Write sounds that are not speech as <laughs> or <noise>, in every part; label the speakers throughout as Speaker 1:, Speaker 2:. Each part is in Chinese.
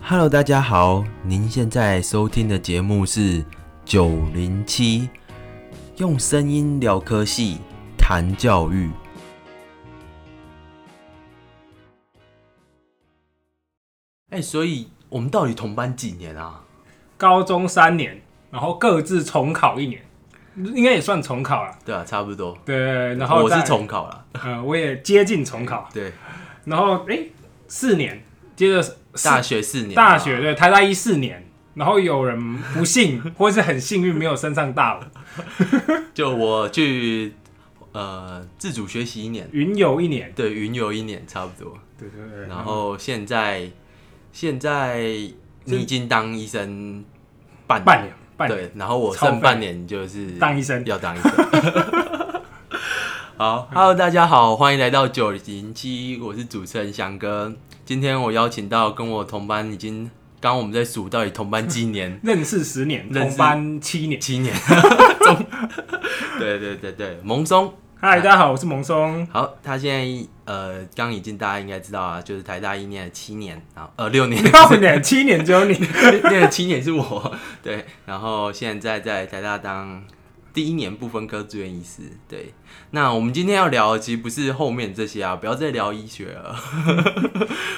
Speaker 1: Hello，大家好，您现在收听的节目是九零七，用声音聊科系，谈教育。哎、所以我们到底同班几年啊？
Speaker 2: 高中三年，然后各自重考一年，应该也算重考了。
Speaker 1: 对啊，差不多。
Speaker 2: 对，然后
Speaker 1: 我是
Speaker 2: 再
Speaker 1: 重考了，
Speaker 2: 呃，我也接近重考，
Speaker 1: 对，
Speaker 2: 然后哎、四年，接着
Speaker 1: 大学四年嘛，啊
Speaker 2: 大学对台大一四年，然后有人不幸或是很幸运没有升上大
Speaker 1: <laughs>
Speaker 2: 五，
Speaker 1: 就我去呃自主学习一年，
Speaker 2: 云游一年，
Speaker 1: 对，云游一年差不多。
Speaker 2: 对对对，
Speaker 1: 然后现在现在你已经当医生半
Speaker 2: 半年半年
Speaker 1: 对，然后我
Speaker 2: 超
Speaker 1: 剩
Speaker 2: 废
Speaker 1: 半年就是
Speaker 2: 当医生？
Speaker 1: 要当医生。好，Hello，大家好，欢迎来到九零七，我是主持人翔哥。今天我邀请到跟我同班，已经刚刚我们在数到底同班几年
Speaker 2: 认识十年，
Speaker 1: 认识啊
Speaker 2: 同班七年。
Speaker 1: 七
Speaker 2: <laughs>
Speaker 1: 年。中对对对对，萌松。
Speaker 2: 嗨，大家好，我是蒙松，
Speaker 1: 好，他现在呃，刚已经大家应该知道啊，就是台大一念了七年，然后呃六年，
Speaker 2: 六年七年只有你，
Speaker 1: 那个青年是我，对，然后现在在台大当第一年不分科住院医师，对。那我们今天要聊的其实不是后面这些啊，不要再聊医学了，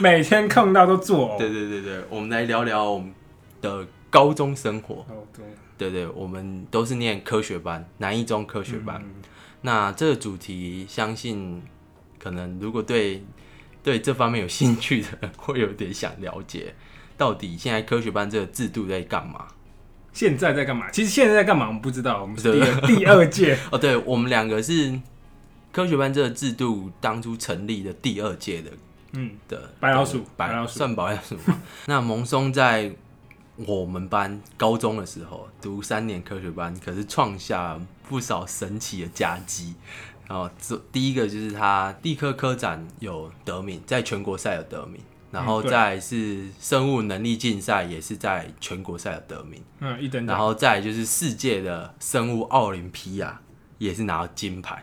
Speaker 2: 每天碰到都哦作
Speaker 1: 对
Speaker 2: 呕。
Speaker 1: 对对对，我们来聊聊我们的高中生活，
Speaker 2: 哦对
Speaker 1: 对对，我们都是念科学班，南一中科学班。
Speaker 2: 嗯
Speaker 1: 那这个主题，相信可能如果对对这方面有兴趣的， <laughs> 会有点想了解，到底现在科学班这个制度在干嘛？
Speaker 2: 现在在干嘛？其实现在在干嘛？我们不知道，我们是第二第二
Speaker 1: <laughs>
Speaker 2: 届。
Speaker 1: 哦，对，我们两个是科学班这个制度当初成立的第二届的
Speaker 2: 嗯，
Speaker 1: 的
Speaker 2: 白老鼠
Speaker 1: 的
Speaker 2: 白老鼠
Speaker 1: 算白老鼠吗。 <laughs> 那蒙松在我们班高中的时候读三年科学班，可是创下不少神奇的佳绩。然后这第一个就是他地科科展有得名，在全国赛有得名，然后
Speaker 2: 嗯对
Speaker 1: 再来是生物能力竞赛也是在全国赛有得名。
Speaker 2: 嗯，一等
Speaker 1: 然
Speaker 2: 奖。
Speaker 1: 后再来就是世界的生物奥林匹亚也是拿到金牌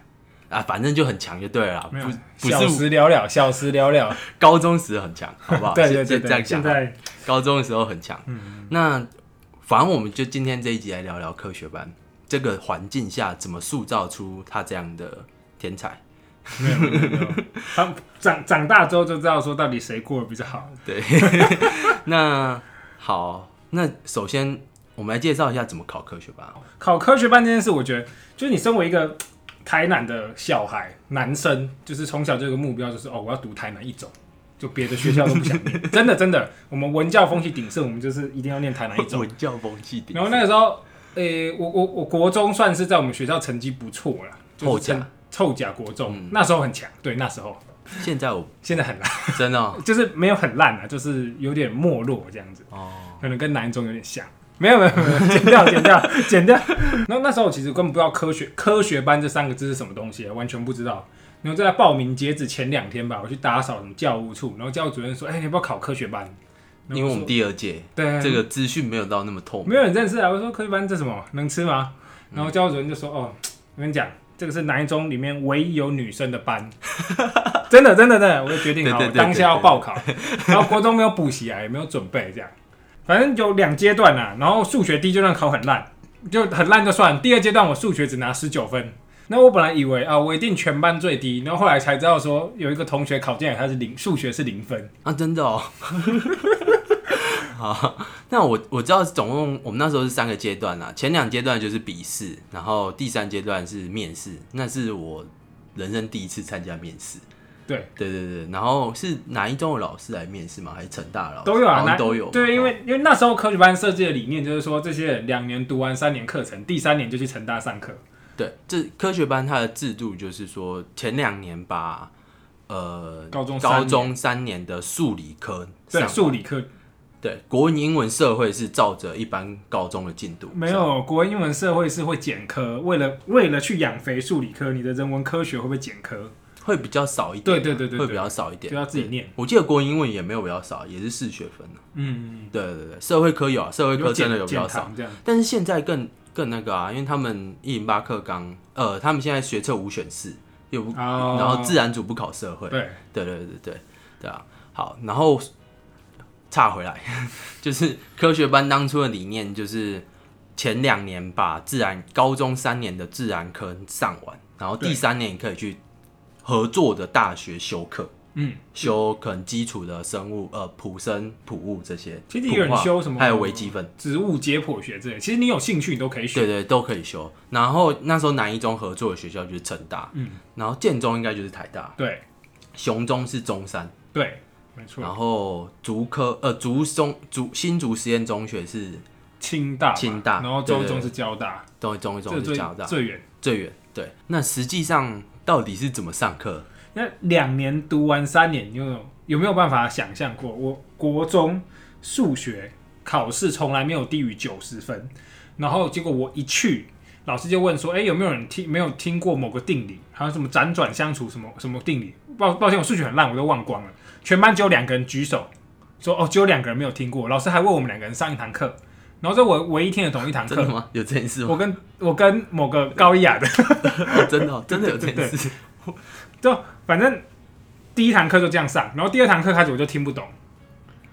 Speaker 1: 啊，反正就很强就对了啦，
Speaker 2: 没有，
Speaker 1: 不
Speaker 2: 小
Speaker 1: 不是
Speaker 2: 时了了，小时了了。
Speaker 1: 高中时很强，好不好？
Speaker 2: <laughs> 对对
Speaker 1: 就
Speaker 2: 对
Speaker 1: 就这样
Speaker 2: 对，
Speaker 1: 讲
Speaker 2: 现
Speaker 1: 好了，
Speaker 2: 在嗯
Speaker 1: 高中的时候很强。那反正我们就今天这一集来聊聊科学班这个环境下怎么塑造出他这样的天才。
Speaker 2: 没有没有
Speaker 1: <laughs>
Speaker 2: 没有。他长长大之后就知道说到底谁过得比较好。
Speaker 1: 对，那好，那首先我们来介绍一下怎么考科学班好了。
Speaker 2: 考科学班这件事，我觉得就是你身为一个台南的小孩，男生就是从小就有个目标，就是哦，我要读台南一中，就别的学校都不想
Speaker 1: <laughs>
Speaker 2: 念。真的真的，我们文教风气鼎盛，我们就是一定要念台南一
Speaker 1: <laughs>
Speaker 2: 中。
Speaker 1: 文教风气鼎
Speaker 2: 然后
Speaker 1: 盛，
Speaker 2: 那个时候，诶、我我我国中算是在我们学校成绩不错啦，
Speaker 1: 后
Speaker 2: 就是
Speaker 1: 甲嗯
Speaker 2: 成后甲国中、那时候很强，对，那时候
Speaker 1: 现在我
Speaker 2: 现在很烂，
Speaker 1: 真的哦
Speaker 2: 就是没有很烂啊，就是有点没落这样子，
Speaker 1: 哦，
Speaker 2: 可能跟南中有点像。没有没有没有，剪掉剪掉剪掉。 <laughs> 然后那时候我其实根本不知道科学科学班这三个字是什么东西，啊完全不知道。然后在报名截止前两天吧，我去打扫什么教务处，然后教务主任说：“哎、你要不要考科学班？” <laughs> 然后
Speaker 1: 因为我们
Speaker 2: 说嗯
Speaker 1: 第二届。
Speaker 2: 对
Speaker 1: 这个资讯没有到那么透明。
Speaker 2: 没有人认识啊。我说科学班这什么能吃吗？
Speaker 1: 嗯
Speaker 2: 然后教务主任就说：“哦，我跟你讲，这个是南一中里面唯一有女生的班， <laughs> 真的真的真的。”我就决定好，
Speaker 1: 对对
Speaker 2: 我
Speaker 1: 对
Speaker 2: 当下要报考。然后国中没有补习啊，也没有准备，这样反正有两阶段啊。然后数学第一阶段考很烂，就很烂就算。第二阶段我数学只拿十九分。那我本来以为啊，我一定全班最低，然后后来才知道说有一个同学考进来他是零，数学是零分，
Speaker 1: 啊，真的哦。 <laughs> 好，那我我知道总共我们那时候是三个阶段啦，前两阶段就是笔试，然后第三阶段是面试，那是我人生第一次参加面试。
Speaker 2: 对，
Speaker 1: 对对对，然后是哪一中的老师来面试吗？还是成大的老师？
Speaker 2: 都有啊
Speaker 1: 好，
Speaker 2: 那
Speaker 1: 像都有。哦
Speaker 2: 对，因为因为那时候科学班设计的理念就是说，这些人两年读完三年课程，第三年就去成大上课。
Speaker 1: 对这科学班它的制度就是说，前两年把呃
Speaker 2: 高中三
Speaker 1: 高
Speaker 2: 年
Speaker 1: 中三年的数理科
Speaker 2: 对，
Speaker 1: 上
Speaker 2: 数理课
Speaker 1: 对国文、英文、社会是照着一般高中的进度，
Speaker 2: 没有，国文、英文、社会是会减科，为了为了去养肥数理科，你的人文科学会不会减科？
Speaker 1: 会比较少一点，啊
Speaker 2: 对对对对
Speaker 1: 会
Speaker 2: 对
Speaker 1: 比较少一点，
Speaker 2: 就要自己念
Speaker 1: 对。我记得国文英文也没有比较少，也是四学分啊
Speaker 2: 嗯，
Speaker 1: 对对对，社会科有啊，社会科真的有比较
Speaker 2: 减
Speaker 1: 少，
Speaker 2: 糖这样。
Speaker 1: 但是现在更更那个啊，因为他们一零八课纲，呃，他们现在学测五选四，又不，
Speaker 2: 哦
Speaker 1: 然后自然组不考社会，
Speaker 2: 对，
Speaker 1: 对对对对对啊，好，然后。岔回来， <laughs> 就是科学班当初的理念就是前两年把自然高中三年的自然科上完，然后第
Speaker 2: 对
Speaker 1: 三年你可以去合作的大学修课，
Speaker 2: 嗯，
Speaker 1: 修可能基础的生物，呃，普生、普物这些，
Speaker 2: 其实有人
Speaker 1: 普化
Speaker 2: 修什么
Speaker 1: 还有微积分，
Speaker 2: 植物解剖学之类，其实你有兴趣你都可以
Speaker 1: 对
Speaker 2: 选。
Speaker 1: 对都可以修。然后那时候南一中合作的学校就是成大，
Speaker 2: 嗯，
Speaker 1: 然后建中应该就是台大，
Speaker 2: 对
Speaker 1: 雄中是中山。
Speaker 2: 对，没错，
Speaker 1: 然后竹科呃竹中竹新竹实验中学是
Speaker 2: 清大嘛，
Speaker 1: 清大
Speaker 2: 然后
Speaker 1: 对
Speaker 2: 周
Speaker 1: 对
Speaker 2: 中是交大，
Speaker 1: 中中一
Speaker 2: 这
Speaker 1: 中
Speaker 2: 最
Speaker 1: 是交大
Speaker 2: 最远。
Speaker 1: 最远对。那实际上到底是怎么上课？
Speaker 2: 那两年读完三年，你有有没有办法想象过？我国中数学考试从来没有低于九十分，然后结果我一去，老师就问说：“哎、有没有人听没有听过某个定理？还有什么辗转相处什么什么定理？”抱抱歉，我数学很烂，我都忘光了。全班只有两个人举手说：“哦，只有两个人没有听过。”老师还为我们两个人上一堂课，然后这我唯一听得懂一堂
Speaker 1: 真的
Speaker 2: 课。
Speaker 1: 吗？有这件事吗？
Speaker 2: 我跟 <laughs> 我跟某个高一啊 <laughs> 雅的
Speaker 1: 哦 <laughs> 真的哦、真的有这件事。
Speaker 2: 就反正第一堂课就这样上，然后第二堂课开始我就听不懂，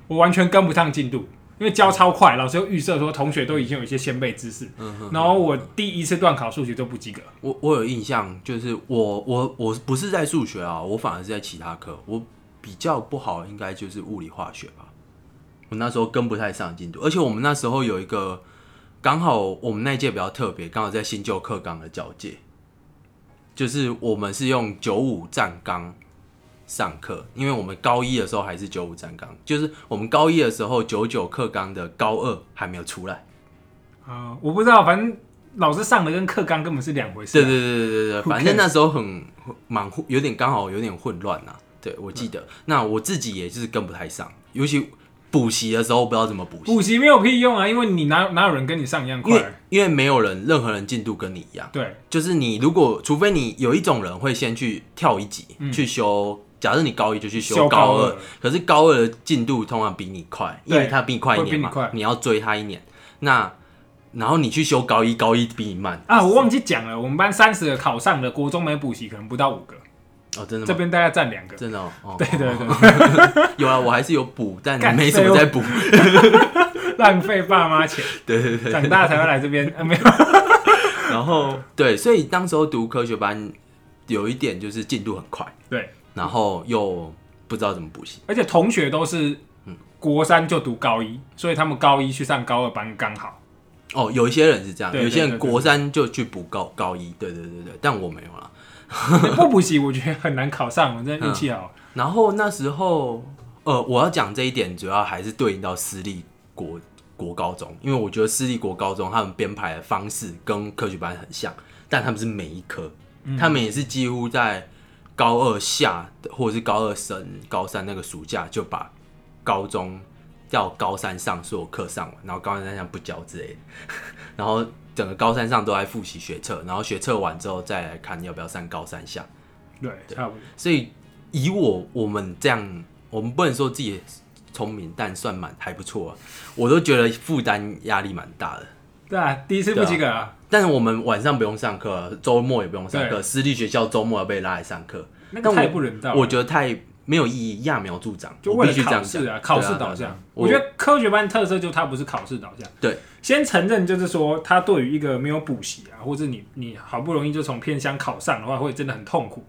Speaker 2: 我完全跟不上进度，因为教超快，老师又预设说同学都已经有一些先辈知识，
Speaker 1: 嗯哼，
Speaker 2: 然后我第一次段考数学就不及格，
Speaker 1: 我我有印象，就是我我我不是在数学啊，我反而是在其他科。我比较不好应该就是物理化学吧。我那时候跟不太上进度，而且我们那时候有一个刚好我们那一届比较特别，刚好在新旧课纲的交界，就是我们是用九五站纲上课，因为我们高一的时候还是九五站纲，就是我们高一的时候九九课纲的高二还没有出来。
Speaker 2: 啊、我不知道，反正老师上的跟课纲根本是两回事
Speaker 1: 对
Speaker 2: 啊、
Speaker 1: 对对对对对，
Speaker 2: Who
Speaker 1: 反正那时候很蛮混有点刚好有点混乱呐、啊对，我记
Speaker 2: 嗯
Speaker 1: 得，那我自己也就是跟不太上，尤其补习的时候不知道怎么补习，
Speaker 2: 补习没有屁用啊，因为你哪哪有人跟你上一样
Speaker 1: 因为
Speaker 2: 快？
Speaker 1: 因为没有人任何人进度跟你一样，
Speaker 2: 对
Speaker 1: 就是你如果除非你有一种人会先去跳一级、
Speaker 2: 嗯
Speaker 1: 去修，假设你高一就去
Speaker 2: 修
Speaker 1: 修
Speaker 2: 高
Speaker 1: 高二，
Speaker 2: 二
Speaker 1: 可是高二的进度通常比你快，因为
Speaker 2: 对
Speaker 1: 他比你快一
Speaker 2: 会比
Speaker 1: 年
Speaker 2: 你
Speaker 1: 嘛，
Speaker 2: 快
Speaker 1: 你要追他一年，那然后你去修高一，高一比你慢
Speaker 2: 啊，我忘记讲了，我们班三十个考上的国中没补习可能不到五个，
Speaker 1: 哦，真的
Speaker 2: 这
Speaker 1: 吗？
Speaker 2: 边大概占两个。
Speaker 1: 真的哦，哦
Speaker 2: 对对对。
Speaker 1: 有啊，我还是有补，但
Speaker 2: 干
Speaker 1: 没什么在补。 <laughs>
Speaker 2: 浪费爸妈钱，
Speaker 1: 对对对。
Speaker 2: 长大才会来这边。啊、没有，
Speaker 1: 然后对，所以当时候读科学班，有一点就是进度很快，
Speaker 2: 对，
Speaker 1: 然后又不知道怎么补习。
Speaker 2: 而且同学都是国三就读高一，所以他们高一去上高二班刚好。
Speaker 1: 哦，有一些人是这样，
Speaker 2: 对
Speaker 1: 有些
Speaker 2: 对
Speaker 1: 人
Speaker 2: 对对
Speaker 1: 国三就去补高高一，对对对对，但我没有啦。
Speaker 2: 不补习，我觉得很难考上，我真的运气好。
Speaker 1: 然后那时候，呃，我要讲这一点，主要还是对应到私立国国高中，因为我觉得私立国高中他们编排的方式跟科学班很像，但他们是每一科，他们也是几乎在高二下的或者是高二升高三那个暑假就把高中到高三上所有课上完，然后高三上不教之类的， <laughs> 然后整个高三上都在复习学测，然后学测完之后再来看要不要上高三下。
Speaker 2: 对，差不多。
Speaker 1: 所以以我我们这样，我们不能说自己聪明，但算蛮还不错啊。我都觉得负担压力蛮大的。
Speaker 2: 对啊，第一次不及格啊，
Speaker 1: 但是我们晚上不用上课啊，周末也不用上课，
Speaker 2: 对
Speaker 1: 私立学校周末要被拉来上课，
Speaker 2: 那
Speaker 1: 但
Speaker 2: 个
Speaker 1: 我
Speaker 2: 太不人道
Speaker 1: 我
Speaker 2: 了。
Speaker 1: 觉得太没有意义，揠苗助长。
Speaker 2: 就
Speaker 1: 我
Speaker 2: 为
Speaker 1: 必须
Speaker 2: 了
Speaker 1: 这样
Speaker 2: 考
Speaker 1: 讲
Speaker 2: 试啊，考试
Speaker 1: 对啊
Speaker 2: 导
Speaker 1: 对啊
Speaker 2: 向
Speaker 1: 对啊。
Speaker 2: 我觉得科学班特色就它不是考试导向。
Speaker 1: 对，
Speaker 2: 先承认就是说，他对于一个没有补习啊，或者你你好不容易就从偏乡考上的话，会真的很痛苦，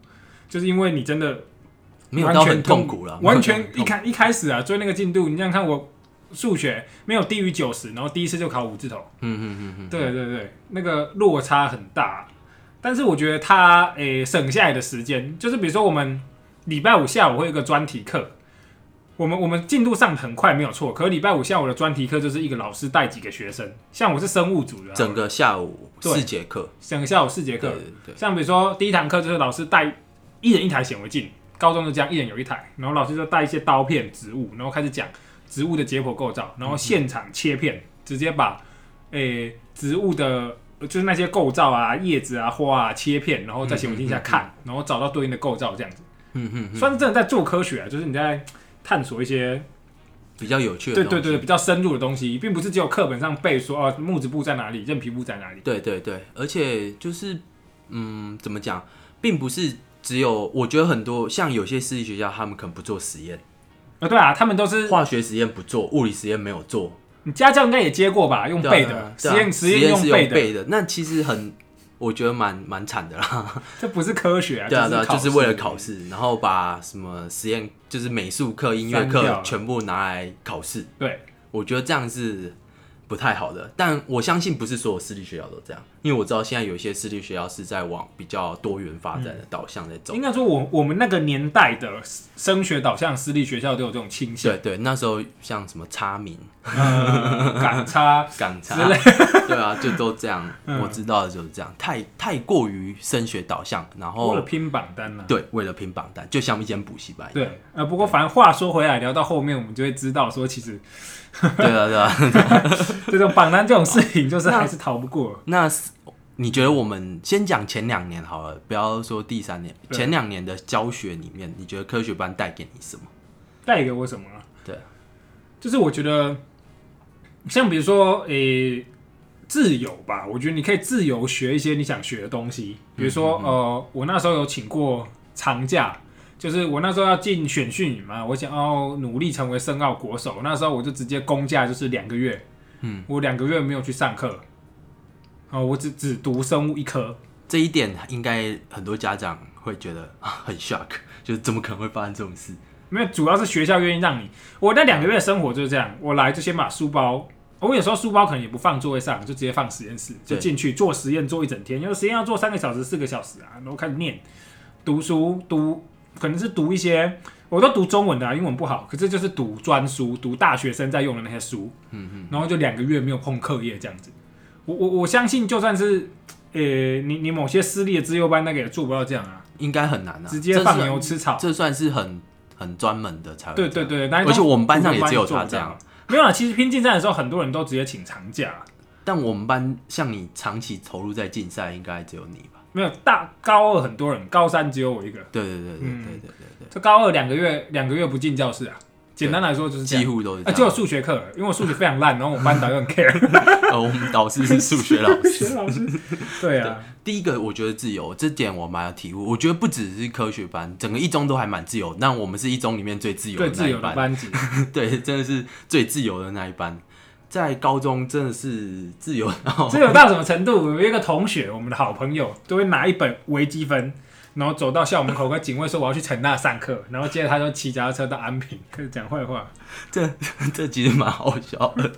Speaker 2: 就是因为你真的
Speaker 1: 没有到很痛苦了，
Speaker 2: 完全一
Speaker 1: 看
Speaker 2: 开一开始啊，追那个进度，你这样看我数学没有低于九十，然后第一次就考五字头，
Speaker 1: 嗯嗯嗯嗯，
Speaker 2: 对对对，那个落差很大。但是我觉得他诶、省下来的时间，就是比如说我们礼拜五下午会有一个专题课，我们我们进度上得很快没有错，可是礼拜五下午的专题课就是一个老师带几个学生，像我是生物组的啊，
Speaker 1: 整个下午
Speaker 2: 对
Speaker 1: 四节课，
Speaker 2: 整个下午四节
Speaker 1: 对
Speaker 2: 课
Speaker 1: 对，对，
Speaker 2: 像比如说第一堂课就是老师带一人一台显微镜，高中就这样一人有一台，然后老师就带一些刀片、植物，然后开始讲植物的解剖构造，
Speaker 1: 嗯
Speaker 2: 然后现场切片，直接把诶、植物的。就是那些构造啊、叶子啊、花啊切片，然后在显微镜下看，然后找到对应的构造，这样子
Speaker 1: 嗯嗯嗯，
Speaker 2: 算是真的在做科学啊，就是你在探索一些
Speaker 1: 比较有趣的
Speaker 2: 对
Speaker 1: 东西，
Speaker 2: 对对比较深入的东西，并不是只有课本上背说哦木质部在哪里、韧皮部在哪里。
Speaker 1: 对对对，而且就是，嗯，怎么讲，并不是只有我觉得很多像有些私立学校，他们可能不做实验，
Speaker 2: 啊，对啊，他们都是
Speaker 1: 化学实验不做，物理实验没有做，
Speaker 2: 你家教应该也接过吧？用
Speaker 1: 对啊
Speaker 2: 背
Speaker 1: 对
Speaker 2: 的
Speaker 1: 啊
Speaker 2: 实
Speaker 1: 对啊
Speaker 2: 验
Speaker 1: 实
Speaker 2: 验
Speaker 1: 是
Speaker 2: 用
Speaker 1: 用
Speaker 2: 背的，
Speaker 1: 背的，那其实很，我觉得蛮蛮惨的啦。
Speaker 2: 这不是科学啊，
Speaker 1: 对啊，对啊，
Speaker 2: 考
Speaker 1: 就是为了考试，然后把什么实验，就是美术课、音乐
Speaker 2: 删掉
Speaker 1: 课
Speaker 2: 了
Speaker 1: 全部拿来考试，
Speaker 2: 对，
Speaker 1: 我觉得这样是不太好的。但我相信不是所有私立学校都这样，因为我知道现在有一些私立学校是在往比较多元发展的导向在走。
Speaker 2: 嗯应该说我我们那个年代的升学导向私立学校都有这种倾向，
Speaker 1: 对对，那时候像什么差名、
Speaker 2: 呃
Speaker 1: <laughs>
Speaker 2: 赶差，
Speaker 1: 港差
Speaker 2: 之，嗯
Speaker 1: 对啊，就都这
Speaker 2: <laughs>
Speaker 1: 样。我知道的就是这样，太太过于升学导向，然
Speaker 2: 为了
Speaker 1: 后
Speaker 2: 拼榜单呢、
Speaker 1: 哦对为了拼榜单，就像一间补习班一样。
Speaker 2: 对，呃，不过反正话说回来，聊到后面我们就会知道说，其实
Speaker 1: 对啊对啊。 <laughs>
Speaker 2: 这种榜单这种事
Speaker 1: 哦
Speaker 2: 情，就是还是逃不过。
Speaker 1: 那是你觉得我们先讲前两年好了，不要说第三年，
Speaker 2: 对
Speaker 1: 前两年的教学里面，你觉得科学班带给你什么？
Speaker 2: 带给我什么啊？
Speaker 1: 对，
Speaker 2: 就是我觉得，像比如说，诶、自由吧，我觉得你可以自由学一些你想学的东西。比如
Speaker 1: 嗯
Speaker 2: 说，呃，我那时候有请过长假，就是我那时候要进选训营嘛，我想要努力成为申奥国手，那时候我就直接公假就是两个月，
Speaker 1: 嗯，
Speaker 2: 我两个月没有去上课，哦、我只只读生物一科，
Speaker 1: 这一点应该很多家长会觉得 <laughs> 啊很 shock，就是怎么可能会发生这种事？
Speaker 2: 因为主要是学校愿意让你。我那两个月的生活就是这样，我来就先把书包，我有时候书包可能也不放座位上，就直接放实验室，就
Speaker 1: 对
Speaker 2: 进去做实验做一整天，因为实验要做三个小时、四个小时啊，然后开始念读书，读可能是读一些。我都读中文的、啊，英文不好，可是就是读专书，读大学生在用的那些书，
Speaker 1: 嗯嗯，
Speaker 2: 然后就两个月没有碰课业这样子。我我我相信，就算是，呃、你你某些私立的资优班，那个也做不到这样啊，
Speaker 1: 应该很难啊，
Speaker 2: 直接
Speaker 1: 这
Speaker 2: 放
Speaker 1: 算
Speaker 2: 牛吃草。
Speaker 1: 这算是很很专门的才会
Speaker 2: 对
Speaker 1: 这
Speaker 2: 对
Speaker 1: 样。
Speaker 2: 对，
Speaker 1: 而且我们班上也只有
Speaker 2: 做
Speaker 1: 他
Speaker 2: 不
Speaker 1: 这样
Speaker 2: 到。，没有啦，其实拼竞赛的时候，很多人都直接请长假，
Speaker 1: 但我们班像你长期投入在竞赛，应该只有你吧？
Speaker 2: 没有大高二很多人，高三只有我一个。
Speaker 1: 对对对对
Speaker 2: 嗯
Speaker 1: 对对对
Speaker 2: 这高二两个月，两个月不进教室啊。简单来说就是
Speaker 1: 对，
Speaker 2: 这
Speaker 1: 几
Speaker 2: 样。
Speaker 1: 乎都是这
Speaker 2: 啊，就有
Speaker 1: 样。
Speaker 2: 数学课，因为我数学非常烂，然后我班导又很 care
Speaker 1: <laughs> 呃，我们导师是数学老师。
Speaker 2: 学老师。对啊，
Speaker 1: 第一个，我觉得自由这点我蛮有体悟。我觉得不只是科学班，整个一中都还蛮自由。那我们是一中里面最自由的
Speaker 2: 最
Speaker 1: 那一
Speaker 2: 自由的
Speaker 1: 班，
Speaker 2: 班级，
Speaker 1: 对，真的是最自由的那一班。在高中真的是自由到
Speaker 2: 自由到什么程度？有一个同学，我们的好朋友，都会拿一本微积分，然后走到校门口跟警卫说我要去成大上课，然后接着他就骑脚踏车到安平开始讲坏话。
Speaker 1: 这这其实蛮好笑的。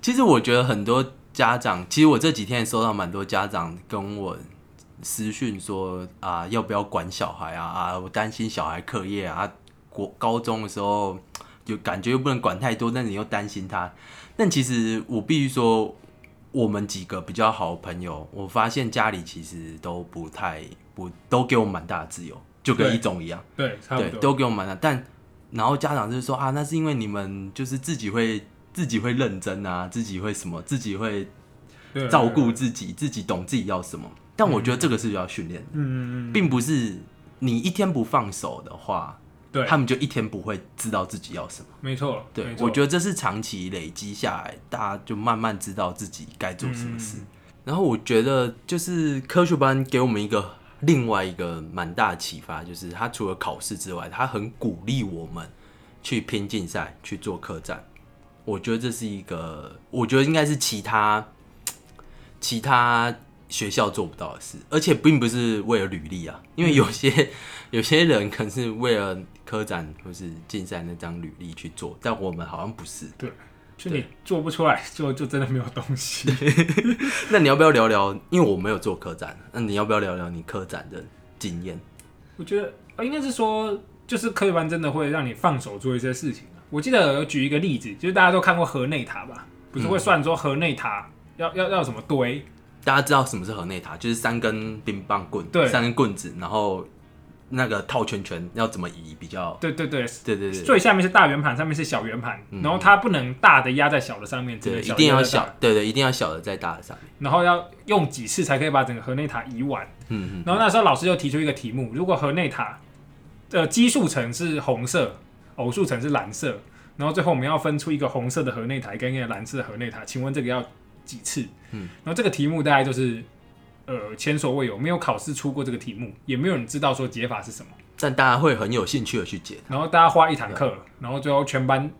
Speaker 1: 其实我觉得很多家长，其实我这几天也收到蛮多家长跟我私讯说啊，要不要管小孩啊啊，我担心小孩课业啊，啊国高中的时候就感觉又不能管太多，但你又担心他。但其实我必须说，我们几个比较好的朋友，我发现家里其实都不太不都给我蛮大的自由，就跟
Speaker 2: 对
Speaker 1: 一中一样。
Speaker 2: 对，差不
Speaker 1: 对，
Speaker 2: 多。
Speaker 1: 都给我们了。但然后家长就是说啊，那是因为你们就是自己会自己会认真啊，自己会什么，自己会
Speaker 2: 对
Speaker 1: 照顾自己，自己懂自己要什么。但我觉得这个是要训练的，
Speaker 2: 嗯，
Speaker 1: 并不是你一天不放手的话，
Speaker 2: 对，
Speaker 1: 他们就一天不会知道自己要什么。
Speaker 2: 没错，
Speaker 1: 对
Speaker 2: 没，错
Speaker 1: 我觉得这是长期累积下来，大家就慢慢知道自己该做什么
Speaker 2: 嗯
Speaker 1: 事。然后我觉得就是科学班给我们一个另外一个蛮大的启发，就是他除了考试之外，他很鼓励我们去拼竞赛、去做客战。我觉得这是一个，我觉得应该是其他其他学校做不到的事，而且并不是为了履历啊，因为有些 <laughs> 有些人可能是为了科展或是竞赛那张履历去做，但我们好像不是。
Speaker 2: 就你做不出来，就就真的没有东西。
Speaker 1: <laughs> 那你要不要聊聊？因为我没有做科展，那你要不要聊聊你科展的经验？
Speaker 2: 我觉得呃应该是说，就是科学班真的会让你放手做一些事情啊。我记得有举一个例子，就是大家都看过河内塔吧？不是会算说河内塔要要要怎么堆？
Speaker 1: 大家知道什么是河内塔？就是三根冰棒棍，
Speaker 2: 对
Speaker 1: 三根棍子，然后那个套圈圈要怎么移比较？
Speaker 2: 对对对，
Speaker 1: 对对对，
Speaker 2: 最下面是大圆盘，上面是小圆盘，
Speaker 1: 嗯
Speaker 2: 然后它不能大的压在小的上面，只
Speaker 1: 对，
Speaker 2: 能
Speaker 1: 一
Speaker 2: 小的
Speaker 1: 定
Speaker 2: 压
Speaker 1: 要
Speaker 2: 在大
Speaker 1: 小
Speaker 2: 的，，
Speaker 1: 对对，一定要小的在大的上面。
Speaker 2: 然后要用几次才可以把整个河内塔移完。
Speaker 1: 嗯嗯，
Speaker 2: 然后那时候老师就提出一个题目：如果河内塔呃奇数层是红色，偶数层是蓝色，然后最后我们要分出一个红色的河内塔跟一个蓝色的河内塔，请问这个要几次？
Speaker 1: 嗯，
Speaker 2: 然后这个题目大概就是呃前所未有，没有考试出过这个题目，也没有人知道说解法是什么。
Speaker 1: 但大家会很有兴趣的去解。
Speaker 2: 然后大家花一堂课，然后最后全班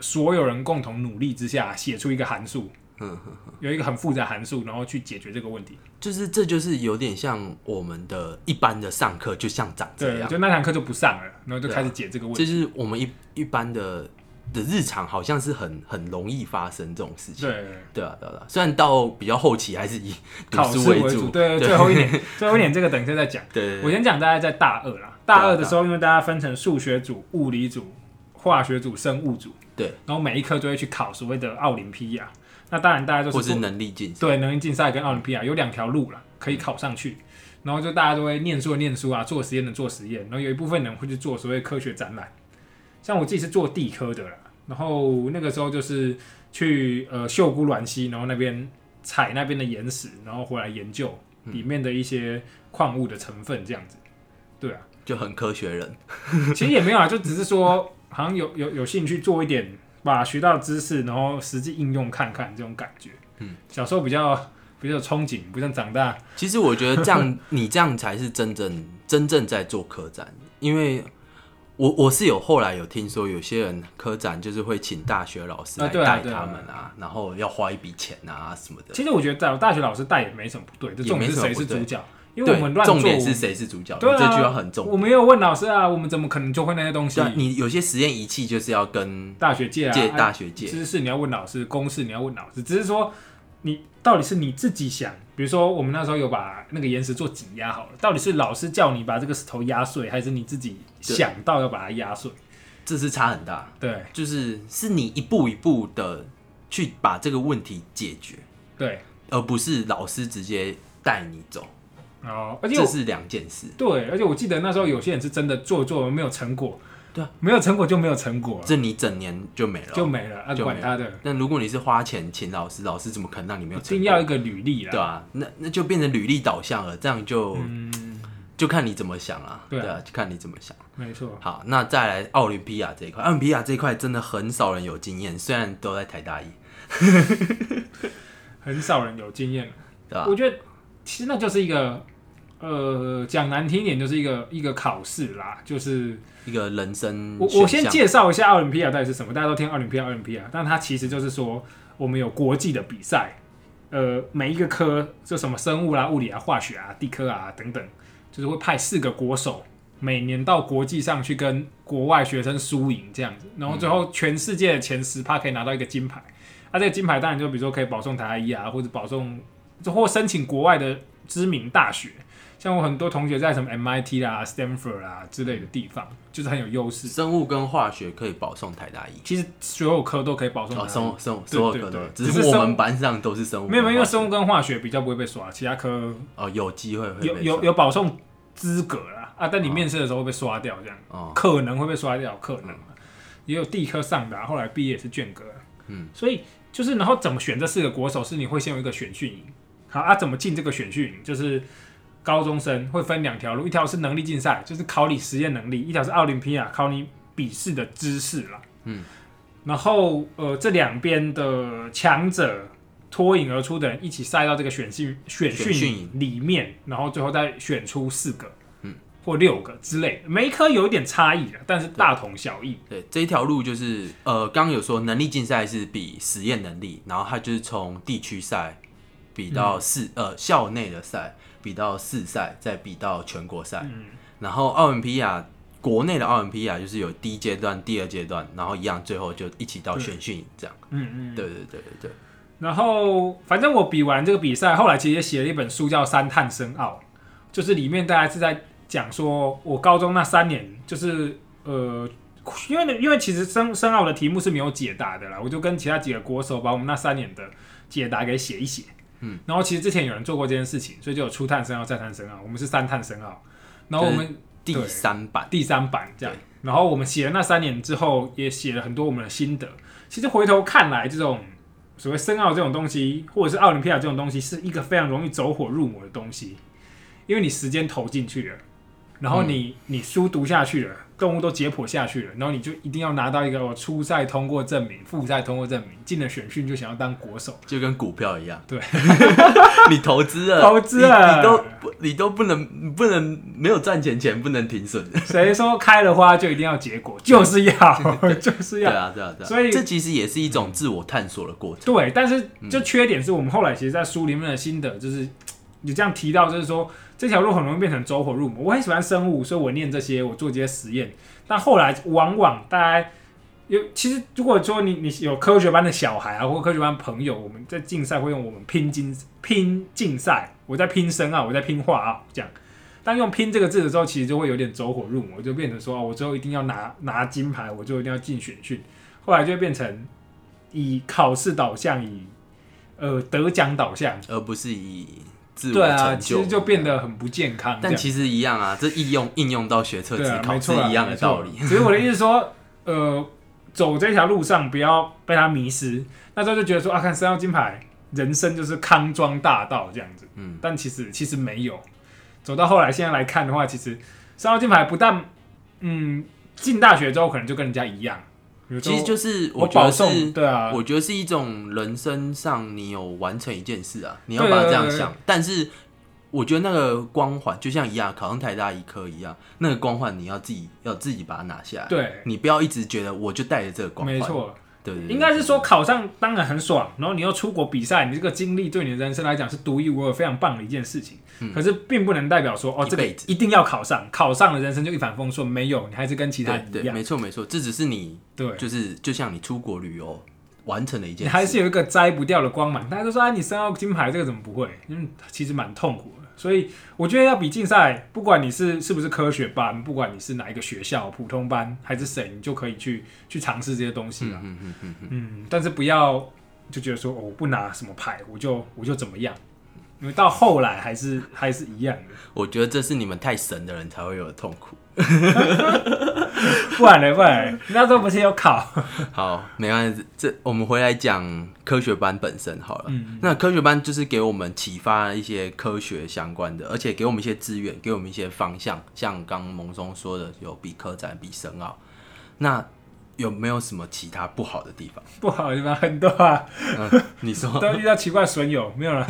Speaker 2: 所有人共同努力之下，写出一个函数，
Speaker 1: 嗯
Speaker 2: 有一个很复杂函数，然后去解决这个问题。
Speaker 1: 就是这就是有点像我们的一般的上课，就像长这
Speaker 2: 对，
Speaker 1: 样，
Speaker 2: 就那堂课就不上了，然后就
Speaker 1: 对啊
Speaker 2: 开始解这个问
Speaker 1: 这
Speaker 2: 题。
Speaker 1: 就是我们一一般的的日常，好像是很很容易发生这种事情。
Speaker 2: 对，
Speaker 1: 对啊，对啊，对啊虽然到比较后期还是以读
Speaker 2: 考
Speaker 1: 书
Speaker 2: 试为
Speaker 1: 主，
Speaker 2: 主，对，
Speaker 1: 对
Speaker 2: 最后一点， <laughs> 最后一点这个等一下再讲。
Speaker 1: 对
Speaker 2: 我
Speaker 1: 对
Speaker 2: 先讲大概在大二啦，大二的时候，因为大家分成数学组、物理组、化学组、生物组，
Speaker 1: 对，
Speaker 2: 然后每一科就会去考所谓的奥林匹亚。那当然，大家
Speaker 1: 对，
Speaker 2: 都
Speaker 1: 或
Speaker 2: 是
Speaker 1: 是
Speaker 2: 不
Speaker 1: 能力竞赛，嗯
Speaker 2: 对能力竞赛跟奥林匹亚有两条路啦，可以考上去。然后就大家都会念书的念书啊，做实验的做实验，然后有一部分人会去做所谓科学展览。像我自己是做地科的啦，然后那个时候就是去呃秀姑峦溪，然后那边采那边的岩石，然后回来研究
Speaker 1: 嗯
Speaker 2: 里面的一些矿物的成分这样子。对啊，
Speaker 1: 就很科学人。
Speaker 2: <laughs> 其实也没有啊，就只是说好像有有有兴趣做一点，把学到的知识，然后实际应用看看这种感觉。
Speaker 1: 嗯，
Speaker 2: 小时候比较比较有憧憬，不像长大。
Speaker 1: 其实我觉得这
Speaker 2: <laughs>
Speaker 1: 样，你这样才是真正真正在做科展，因为我我是有后来有听说有些人科展就是会请大学老师
Speaker 2: 啊
Speaker 1: 来
Speaker 2: 对啊
Speaker 1: 带
Speaker 2: 对
Speaker 1: 他
Speaker 2: 啊
Speaker 1: 们啊，然后要花一笔钱啊什么的。
Speaker 2: 其实我觉得大大学老师带也没什么不对，就重点是谁是主角，因为我们
Speaker 1: 对，
Speaker 2: 乱做。
Speaker 1: 重点是谁是主角，
Speaker 2: 对啊，
Speaker 1: 你这句话很重
Speaker 2: 我没有问老师啊，我们怎么可能就会那些东西
Speaker 1: 对？啊，你有些实验仪器就是要跟
Speaker 2: 大学界啊，
Speaker 1: 借
Speaker 2: 啊
Speaker 1: 大学借，
Speaker 2: 知识你要问老师，公式你要问老师，只是说你到底是你自己想，比如说我们那时候有把那个岩石做挤压好了，到底是老师叫你把这个石头压碎，还是你自己想到要把它压碎？
Speaker 1: 这是差很大。
Speaker 2: 对
Speaker 1: 就是是你一步一步的去把这个问题解决，
Speaker 2: 对，
Speaker 1: 而不是老师直接带你走，
Speaker 2: 然后哦而且
Speaker 1: 这
Speaker 2: 我
Speaker 1: 是两件事。
Speaker 2: 对，而且我记得那时候有些人是真的做做没有成果，
Speaker 1: 对啊，
Speaker 2: 没有成果就没有成果，
Speaker 1: 这你整年就没了，
Speaker 2: 就没了，啊，
Speaker 1: 就没
Speaker 2: 管
Speaker 1: 了
Speaker 2: 他的，
Speaker 1: 但如果你是花钱请老师，老师怎么可能让你没有
Speaker 2: 一
Speaker 1: 成
Speaker 2: 定
Speaker 1: 果？
Speaker 2: 要一个履历啦。
Speaker 1: 对啊，那那就变成履历导向了，这样就、就看你怎么想啦。
Speaker 2: 对啊
Speaker 1: 啊，就看你怎么想。
Speaker 2: 没错，
Speaker 1: 好，那再来奥林匹亚这一块，奥林匹亚这一块真的很少人有经验，虽然都在台大一，
Speaker 2: 很少人有经验。
Speaker 1: 对吧、
Speaker 2: 我觉得其实那就是一个，呃，讲难听一点，就是一个一个考试啦。就是
Speaker 1: 一个人生
Speaker 2: 我
Speaker 1: 嗯选
Speaker 2: 我先
Speaker 1: 项
Speaker 2: 介绍一下奥林匹亚到底是什么，大家都听奥林匹亚，奥林匹亚，但它其实就是说我们有国际的比赛，呃，每一个科就什么生物啦、物理啊、化学啊、地科啊等等，就是会派四个国手。每年到国际上去跟国外学生输赢这样子，然后最后全世界的前
Speaker 1: 嗯
Speaker 2: 十趴可以拿到一个金牌，那、这个金牌当然就比如说可以保送台一啊，或者保送就或申请国外的知名大学，像我很多同学在什么 MIT 啦、Stanford 啦之类的地方，就是很有优势。
Speaker 1: 生物跟化学可以保送台大一，
Speaker 2: 其实所有科都可以保送
Speaker 1: 哦，
Speaker 2: 台
Speaker 1: 生
Speaker 2: 一。
Speaker 1: 物生物
Speaker 2: 对
Speaker 1: 所
Speaker 2: 对
Speaker 1: 有科
Speaker 2: 对
Speaker 1: 的，
Speaker 2: 只
Speaker 1: 只
Speaker 2: 是
Speaker 1: 是我
Speaker 2: 生
Speaker 1: 们班上都是生物跟化学，
Speaker 2: 没有，因为生物跟化学比较不会被刷，其他科
Speaker 1: 哦有机会会
Speaker 2: 有
Speaker 1: 被
Speaker 2: 有
Speaker 1: 刷
Speaker 2: 有保送资格啦啊，但你面试的时候会被刷掉，这样、
Speaker 1: 哦
Speaker 2: 可能会被刷掉，可能、也有地科上的啊、后来毕业也是卷哥，
Speaker 1: 嗯，
Speaker 2: 所以就是然后怎么选这四个国手是你会先有一个选训营，好啊，怎么进这个选训营就是。高中生会分两条路，一条是能力竞赛，就是考你实验能力；一条是奥林匹亚，考你笔试的知识啦。
Speaker 1: 嗯，
Speaker 2: 然后呃，这两边的强者脱颖而出的人一起塞到这个选训选
Speaker 1: 选
Speaker 2: 训
Speaker 1: 训嗯
Speaker 2: 营里面，然后最后再选出四个，或六个之类的，每一科有一点差异了，但是大同小异。
Speaker 1: 对这一条路就是呃，刚刚有说能力竞赛是比实验能力，然后它就是从地区赛比
Speaker 2: 嗯
Speaker 1: 到市、呃校内的赛，比到市赛，再比到全国赛。
Speaker 2: 嗯
Speaker 1: 然后奥林匹亚国内的奥林匹亚就是有第一阶段、第二阶段，然后一样最后就一起到选训营这样。
Speaker 2: 嗯嗯。
Speaker 1: 对对对对对，
Speaker 2: 然后反正我比完这个比赛，后来其实也写了一本书叫《三探深奥》，就是里面大家是在讲说我高中那三年，就是呃，因为呢因为其实深深奥的题目是没有解答的啦，我就跟其他几个国手把我们那三年的解答给写一写。嗯，然后其实之前有人做过这件事情，所以就有初探深奥、再探深奥，我们是三探深奥。然后我们
Speaker 1: 第三版
Speaker 2: 第三版这样。然后我们写了那三年之后，也写了很多我们的心得。其实回头看来，这种所谓深奥这种东西，或者是奥林匹亚这种东西，是一个非常容易走火入魔的东西，因为你时间投进去了，然后你、你书读下去了，动物都解剖下去了，然后你就一定要拿到一个我初赛通过证明、复赛通过证明，进了选训就想要当国手。
Speaker 1: 就跟股票一样，
Speaker 2: 对，
Speaker 1: <laughs> 你投资了，
Speaker 2: 投资
Speaker 1: 你
Speaker 2: 了
Speaker 1: 你都不你都不能不能没有赚钱前不能停损，
Speaker 2: 谁说开了花就一定要结果？就是要， <laughs> 就是
Speaker 1: 对
Speaker 2: 要。
Speaker 1: 啊对啊对啊，
Speaker 2: 所以
Speaker 1: 这其实也是一种自我探索的过程，
Speaker 2: 对，但是就缺点是我们后来其实，在书里面的心得就是，你这样提到，就是说这条路很容易变成走火入魔。我很喜欢生物，所以我念这些，我做这些实验。但后来往往大家有，其实如果说你你有科学班的小孩啊，或科学班朋友，我们在竞赛会用我们拼竞拼竞赛，我在拼生啊，我在拼化啊，这样。当用“拼”这个字的时候，其实就会有点走火入魔，就变成说，哦、我最后一定要拿拿金牌，我最后一定要进选训。后来就会变成以考试导向，以呃得奖导向，
Speaker 1: 而不是以自
Speaker 2: 对
Speaker 1: 我
Speaker 2: 啊，
Speaker 1: 成
Speaker 2: 其
Speaker 1: 就，
Speaker 2: 实就变得很不健康。这
Speaker 1: 但
Speaker 2: 样
Speaker 1: 其实一样啊，这应用应用到学测
Speaker 2: 对
Speaker 1: 只
Speaker 2: 啊，
Speaker 1: 考
Speaker 2: 没
Speaker 1: 是
Speaker 2: 错啊
Speaker 1: 一样的
Speaker 2: 没错
Speaker 1: 道理，
Speaker 2: 只是我的意思是说，呃，走这条路上不要被他迷失。那时候就觉得说啊，看三号金牌，人生就是康庄大道这样子。
Speaker 1: 嗯，
Speaker 2: 但其实其实没有。走到后来，现在来看的话，其实三号金牌不但嗯进大学之后可能就跟人家一样，比如说
Speaker 1: 其实就是
Speaker 2: 我
Speaker 1: 觉
Speaker 2: 保
Speaker 1: 得
Speaker 2: 送
Speaker 1: 是。
Speaker 2: 对啊，
Speaker 1: 我觉得是一种人生上你有完成一件事啊，你要
Speaker 2: 对
Speaker 1: 把它
Speaker 2: 对
Speaker 1: 这样
Speaker 2: 对对
Speaker 1: 想。但是我觉得那个光环就像一样，考上台大医科一样，那个光环你要自己要自己把它拿下来。
Speaker 2: 对
Speaker 1: 你不要一直觉得我就带着这个光环。
Speaker 2: 没，错，
Speaker 1: 对对对
Speaker 2: 应该是说考上当然很爽，然后你又出国比赛，你这个经历对你的人生来讲是独一无二、非常棒的一件事情。可是并不能代表说哦，
Speaker 1: 嗯一
Speaker 2: 这个
Speaker 1: 辈子
Speaker 2: 一定要考上，考上了人生就一帆风顺，没有，你还是跟其他
Speaker 1: 对
Speaker 2: 人
Speaker 1: 对
Speaker 2: 一样，
Speaker 1: 没错没错，这只是你
Speaker 2: 对，
Speaker 1: 就是就像你出国旅游完成的一件
Speaker 2: 你
Speaker 1: 事，
Speaker 2: 还是有一个摘不掉的光芒。大家都说啊，你升到金牌这个怎么不会？嗯，其实蛮痛苦的。所以我觉得要比竞赛，不管你是是不是科学班，不管你是哪一个学校、普通班还是谁，你就可以去去尝试这些东西啊。
Speaker 1: 嗯嗯嗯嗯，
Speaker 2: 嗯，但是不要就觉得说、哦我不拿什么牌，我就我就怎么样，因为到后来还是还是一样的，
Speaker 1: 我觉得这是你们太神的人才会有的痛苦。
Speaker 2: 不然呢？不然呢那时候不是有考？ <laughs>
Speaker 1: 好，没关系，这我们回来讲科学班本身好了。那科学班就是给我们启发一些科学相关的，而且给我们一些资源，给我们一些方向。像刚蒙松说的，有比科展、比深奥。那有没有什么其他不好的地方？
Speaker 2: 不好的地方很多啊，
Speaker 1: 嗯，你说，
Speaker 2: 都遇到奇怪的损友，没有了。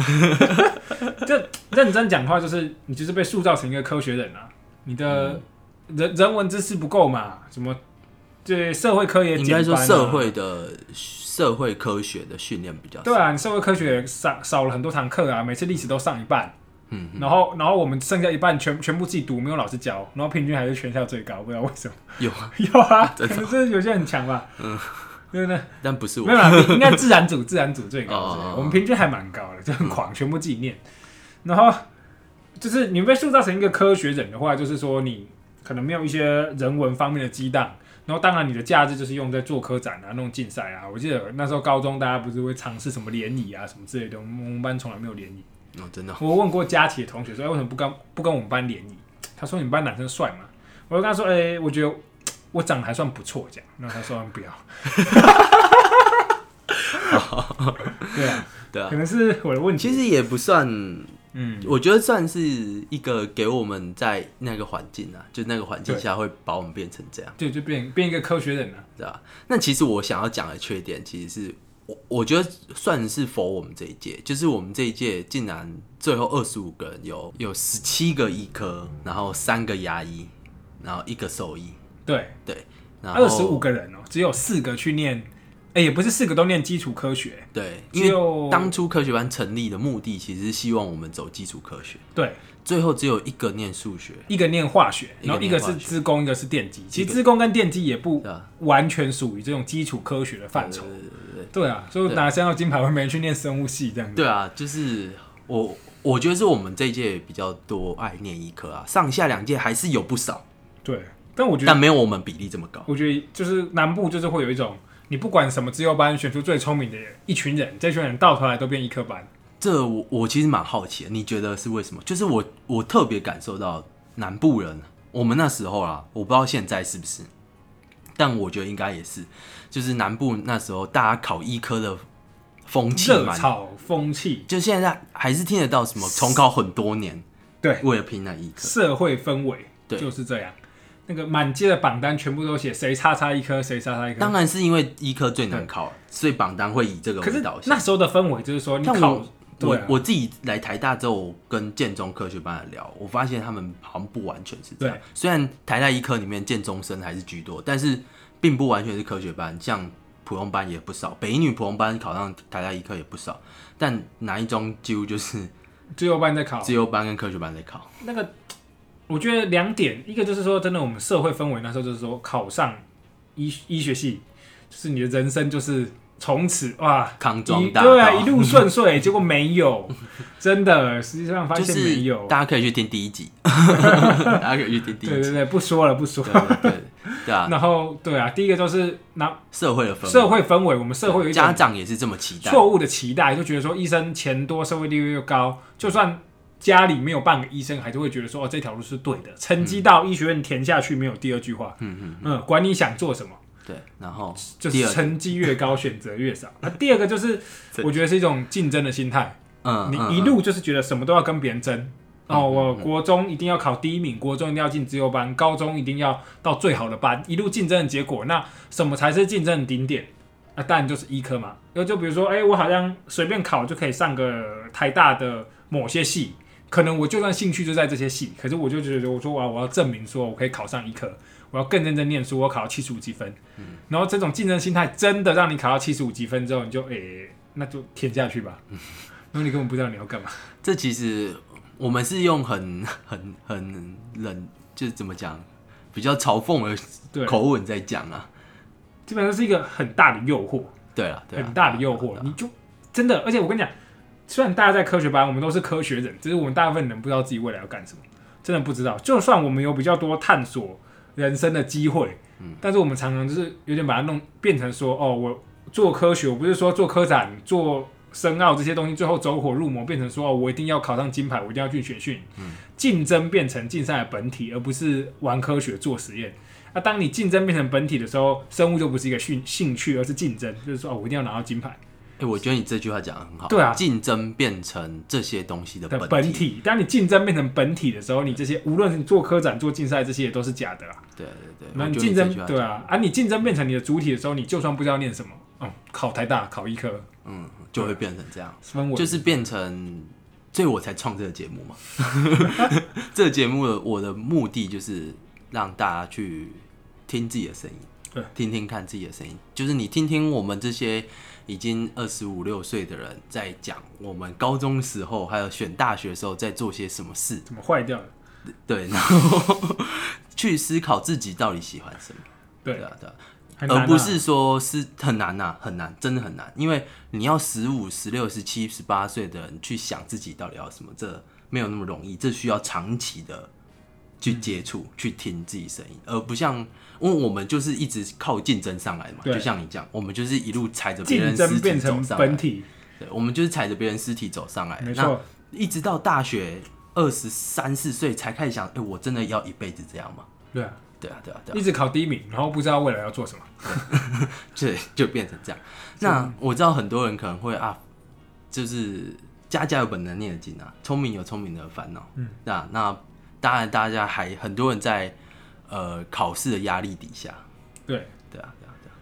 Speaker 2: <laughs> 就认真讲话，就是你就是被塑造成一个科学人啊，你
Speaker 1: 嗯
Speaker 2: 的人、人文知识不够嘛？什么？对社会科也
Speaker 1: 应
Speaker 2: 简单
Speaker 1: 该说
Speaker 2: 啊
Speaker 1: 社会的社会科学的训练比较少
Speaker 2: 对。啊，你社会科学少少了很多堂课啊，每次历史都上一半，
Speaker 1: 嗯，
Speaker 2: 然后然后我们剩下一半全全部自己读，没有老师教，然后平均还是全校最高，不知道为什么。 <laughs>
Speaker 1: 有啊，
Speaker 2: 有啊，可
Speaker 1: 真的
Speaker 2: 能真的有些很强吧，嗯，对不对？
Speaker 1: 但不是我
Speaker 2: 没有。啦，应该自然组自然组最高之
Speaker 1: 哦哦
Speaker 2: 类的
Speaker 1: 哦，嗯
Speaker 2: 我们平均还蛮高的，就很狂，全部自己念。然后就是你被塑造成一个科学人的话，就是说你可能没有一些人文方面的激荡。然后，当然，你的价值就是用在做科展啊、弄竞赛啊。我记得那时候高中，大家不是会尝试什么联谊啊、什么之类的。我们我们班从来没有联谊。
Speaker 1: 哦，真的哦，
Speaker 2: <laughs> 我问过佳琪的同学说，哎、为什么不跟不跟我们班联谊？他说你们班男生帅嘛？我就跟他说，哎、我觉得我长得还算不错，这样。然后他说嗯不要。 <laughs> 对啊，
Speaker 1: 对啊
Speaker 2: 可，能是我的问题。
Speaker 1: 其实也不算
Speaker 2: 嗯，
Speaker 1: 我觉得算是一个给我们在那个环境啊，就那个环境
Speaker 2: 对
Speaker 1: 下会把我们变成这样，
Speaker 2: 对，就变变一个科学人了、
Speaker 1: 对吧？那其实我想要讲的缺点，其实是我我觉得算是否我们这一届，就是我们这一届竟然最后二十五个人有有十七个医科，然后三个牙医，然后一个兽医，
Speaker 2: 对，
Speaker 1: 对，然后
Speaker 2: 二十五个人哦、只有四个去念，哎、也不是四个都念基础科学。
Speaker 1: 对，因为
Speaker 2: 只有
Speaker 1: 当初科学班成立的目的其实是希望我们走基础科学，
Speaker 2: 对，
Speaker 1: 最后只有一个念数学，
Speaker 2: 一个念化学，
Speaker 1: 一个
Speaker 2: 然后一
Speaker 1: 念
Speaker 2: 个
Speaker 1: 化
Speaker 2: 是
Speaker 1: 学
Speaker 2: 资工，一个是电机。其
Speaker 1: 一
Speaker 2: 实
Speaker 1: 个
Speaker 2: 资工跟电机也不
Speaker 1: 对吧？
Speaker 2: 完全属于这种基础科学的范畴。
Speaker 1: 对对对对。
Speaker 2: 对啊，所以拿三号金牌，我没去念生物系这样子。
Speaker 1: 对啊，就是我我觉得是我们这一届比较多爱念医科啊，上下两届还是有不少，
Speaker 2: 对，但我觉
Speaker 1: 但
Speaker 2: 得，
Speaker 1: 没有我们比例这么高。
Speaker 2: 我觉得就是南部就是会有一种，你不管什么资优班选出最聪明的一群人，这群人到头来都变一科班。
Speaker 1: 这我我其实蛮好奇的，你觉得是为什么？就是我我特别感受到南部人，我们那时候啦，我不知道现在是不是，但我觉得应该也是，就是南部那时候大家考医科的风气
Speaker 2: 热
Speaker 1: 蛮。
Speaker 2: 炒风气，
Speaker 1: 就现在还是听得到什么重考很多年，
Speaker 2: 对，
Speaker 1: 为了拼那医科，
Speaker 2: 社会氛围
Speaker 1: 对
Speaker 2: 就是这样。那个满街的榜单全部都写谁叉叉一科，谁叉叉一科。
Speaker 1: 当然是因为医科最难考，所以榜单会以这个
Speaker 2: 可
Speaker 1: 为
Speaker 2: 是
Speaker 1: 导向
Speaker 2: 那。时候的氛围就是说，你
Speaker 1: 但
Speaker 2: 考
Speaker 1: 我
Speaker 2: 对
Speaker 1: 我
Speaker 2: 啊
Speaker 1: 我自己来台大之后，我跟建中科学班的聊，我发现他们好像不完全是这样
Speaker 2: 对。
Speaker 1: 虽然台大医科里面建中生还是居多，但是并不完全是科学班，像普通班也不少，北一女普通班考上台大医科也不少，但哪一中几乎就是
Speaker 2: 最后班在考
Speaker 1: 自由班跟科学班在考。
Speaker 2: 那个，我觉得两点，一个就是说，真的我们社会氛围那时候就是说，考上医医学系，就是你的人生就是从此哇。
Speaker 1: 康
Speaker 2: 一
Speaker 1: 庄大道，
Speaker 2: 对啊，一路顺遂， <laughs> 结果
Speaker 1: <laughs>
Speaker 2: 没有，真的，实际上发
Speaker 1: 就
Speaker 2: 现
Speaker 1: 是
Speaker 2: 没有。
Speaker 1: 大家可以去听第一
Speaker 2: <laughs>
Speaker 1: 集，大家可以去听第
Speaker 2: 对
Speaker 1: 一集
Speaker 2: 对。对，不说了，不说
Speaker 1: 对
Speaker 2: 了。
Speaker 1: 对对对啊，
Speaker 2: 然后对啊，第一个就是那
Speaker 1: 社会的氛围，
Speaker 2: 社会氛围，我们社会有一种
Speaker 1: 家长也是这么期待，
Speaker 2: 错误的期待，就觉得说医生钱多，社会地位又高，就算家里没有半个医生，还是会觉得说哦这条路是对的，成绩到医学院填下去没有第二句话，嗯嗯嗯，管你想做什么，
Speaker 1: 对，然后
Speaker 2: 就
Speaker 1: 第
Speaker 2: 是
Speaker 1: 二
Speaker 2: 成绩越高选择越少。那第二个就是
Speaker 1: 这
Speaker 2: 我觉得是一种竞争的心态，
Speaker 1: 嗯，嗯
Speaker 2: 你一路就是觉得什么都要跟别人争。
Speaker 1: 嗯
Speaker 2: 哦，我
Speaker 1: 嗯嗯
Speaker 2: 国中一定要考第一名，国中一定要进自由班，高中一定要到最好的班，一路竞争的结果。那什么才是竞争的顶点？啊，当然就是医科嘛。又就比如说，哎、我好像随便考就可以上个台大的某些系，可能我就算兴趣就在这些系，可是我就觉得，我说我要我要证明说我可以考上医科，我要更认真念书，我考到七十五积分。
Speaker 1: 嗯
Speaker 2: 然后这种竞争心态真的让你考到七十五积分之后，你就哎、那就填下去吧。然后你根本不知道你要干嘛。
Speaker 1: 嗯这其实我们是用很很很冷，就是怎么讲，比较嘲讽
Speaker 2: 对
Speaker 1: 的口吻在讲啊。
Speaker 2: 基本上是一个很大的诱惑，
Speaker 1: 对了，对啊
Speaker 2: 很大的诱惑，你就真的，而且我跟你讲，虽然大家在科学班，我们都是科学人，只是我们大部分人不知道自己未来要干什么，真的不知道。就算我们有比较多探索人生的机会，
Speaker 1: 嗯
Speaker 2: 但是我们常常就是有点把它弄变成说，哦，我做科学，我不是说做科展、做深奥这些东西，最后走火入魔，变成说，哦，我一定要考上金牌，我一定要去学训，
Speaker 1: 嗯
Speaker 2: 竞争变成竞赛的本体，而不是玩科学做实验。那、当你竞争变成本体的时候，生物就不是一个兴兴趣，而是竞争，就是说、哦、我一定要拿到金牌
Speaker 1: 哎、我觉得你这句话讲的很好。
Speaker 2: 对啊
Speaker 1: 竞争变成这些东西的
Speaker 2: 的
Speaker 1: 本
Speaker 2: 本
Speaker 1: 体。
Speaker 2: 体。当你竞争变成本体的时候，你这些无论是你做科展、做竞赛，这些也都是假的啦。
Speaker 1: 对对对，哦
Speaker 2: 那
Speaker 1: 我
Speaker 2: 你
Speaker 1: 觉得
Speaker 2: 竞
Speaker 1: 这
Speaker 2: 争
Speaker 1: 句话
Speaker 2: 对啊，啊你竞争变成你的主体的时候，你就算不知道念什么，嗯，考台大、考医科，
Speaker 1: 嗯，就会变成这样。
Speaker 2: 分文
Speaker 1: 就是变成，所以我才创这个节目嘛。 <laughs> 这个节目的我的目的就是让大家去听自己的声音，
Speaker 2: 对，
Speaker 1: 听听看自己的声音，就是你听听我们这些已经二十五六岁的人在讲我们高中时候，还有选大学的时候在做些什么事，
Speaker 2: 怎么坏掉了？
Speaker 1: 对，然后 <laughs> 去思考自己到底喜欢什么。
Speaker 2: 对，
Speaker 1: 啊，对啊。
Speaker 2: 很难啊
Speaker 1: 而不是说是很难呐、啊很难，真的很难，因为你要十五、十六、十七、十八岁的人去想自己到底要什么，这没有那么容易，这需要长期的去
Speaker 2: 嗯
Speaker 1: 接触、去听自己声音，而不像，因为我们就是一直靠竞争上来的嘛，
Speaker 2: 对
Speaker 1: 就像你这样，我们就是一路踩着别
Speaker 2: 竞
Speaker 1: 人尸
Speaker 2: 争
Speaker 1: 体
Speaker 2: 变
Speaker 1: 走
Speaker 2: 成
Speaker 1: 上
Speaker 2: 本
Speaker 1: 来，
Speaker 2: 体，
Speaker 1: 对，我们就是踩着别人尸体走上来，
Speaker 2: 没
Speaker 1: 那
Speaker 2: 错，
Speaker 1: 一直到大学二十三四岁才开始想，哎、我真的要一辈子这样吗？
Speaker 2: 对啊，
Speaker 1: 对啊，对啊，对啊。
Speaker 2: 一直考第一名，然后不知道未来要做什么，
Speaker 1: 对，就 <laughs> 变成这样。那我知道很多人可能会啊，就是家家有本难念的经啊，聪明有聪明的烦恼。嗯，那那当然，大家还很多人在呃考试的压力底下，
Speaker 2: 对。
Speaker 1: 对啊，对啊，对啊，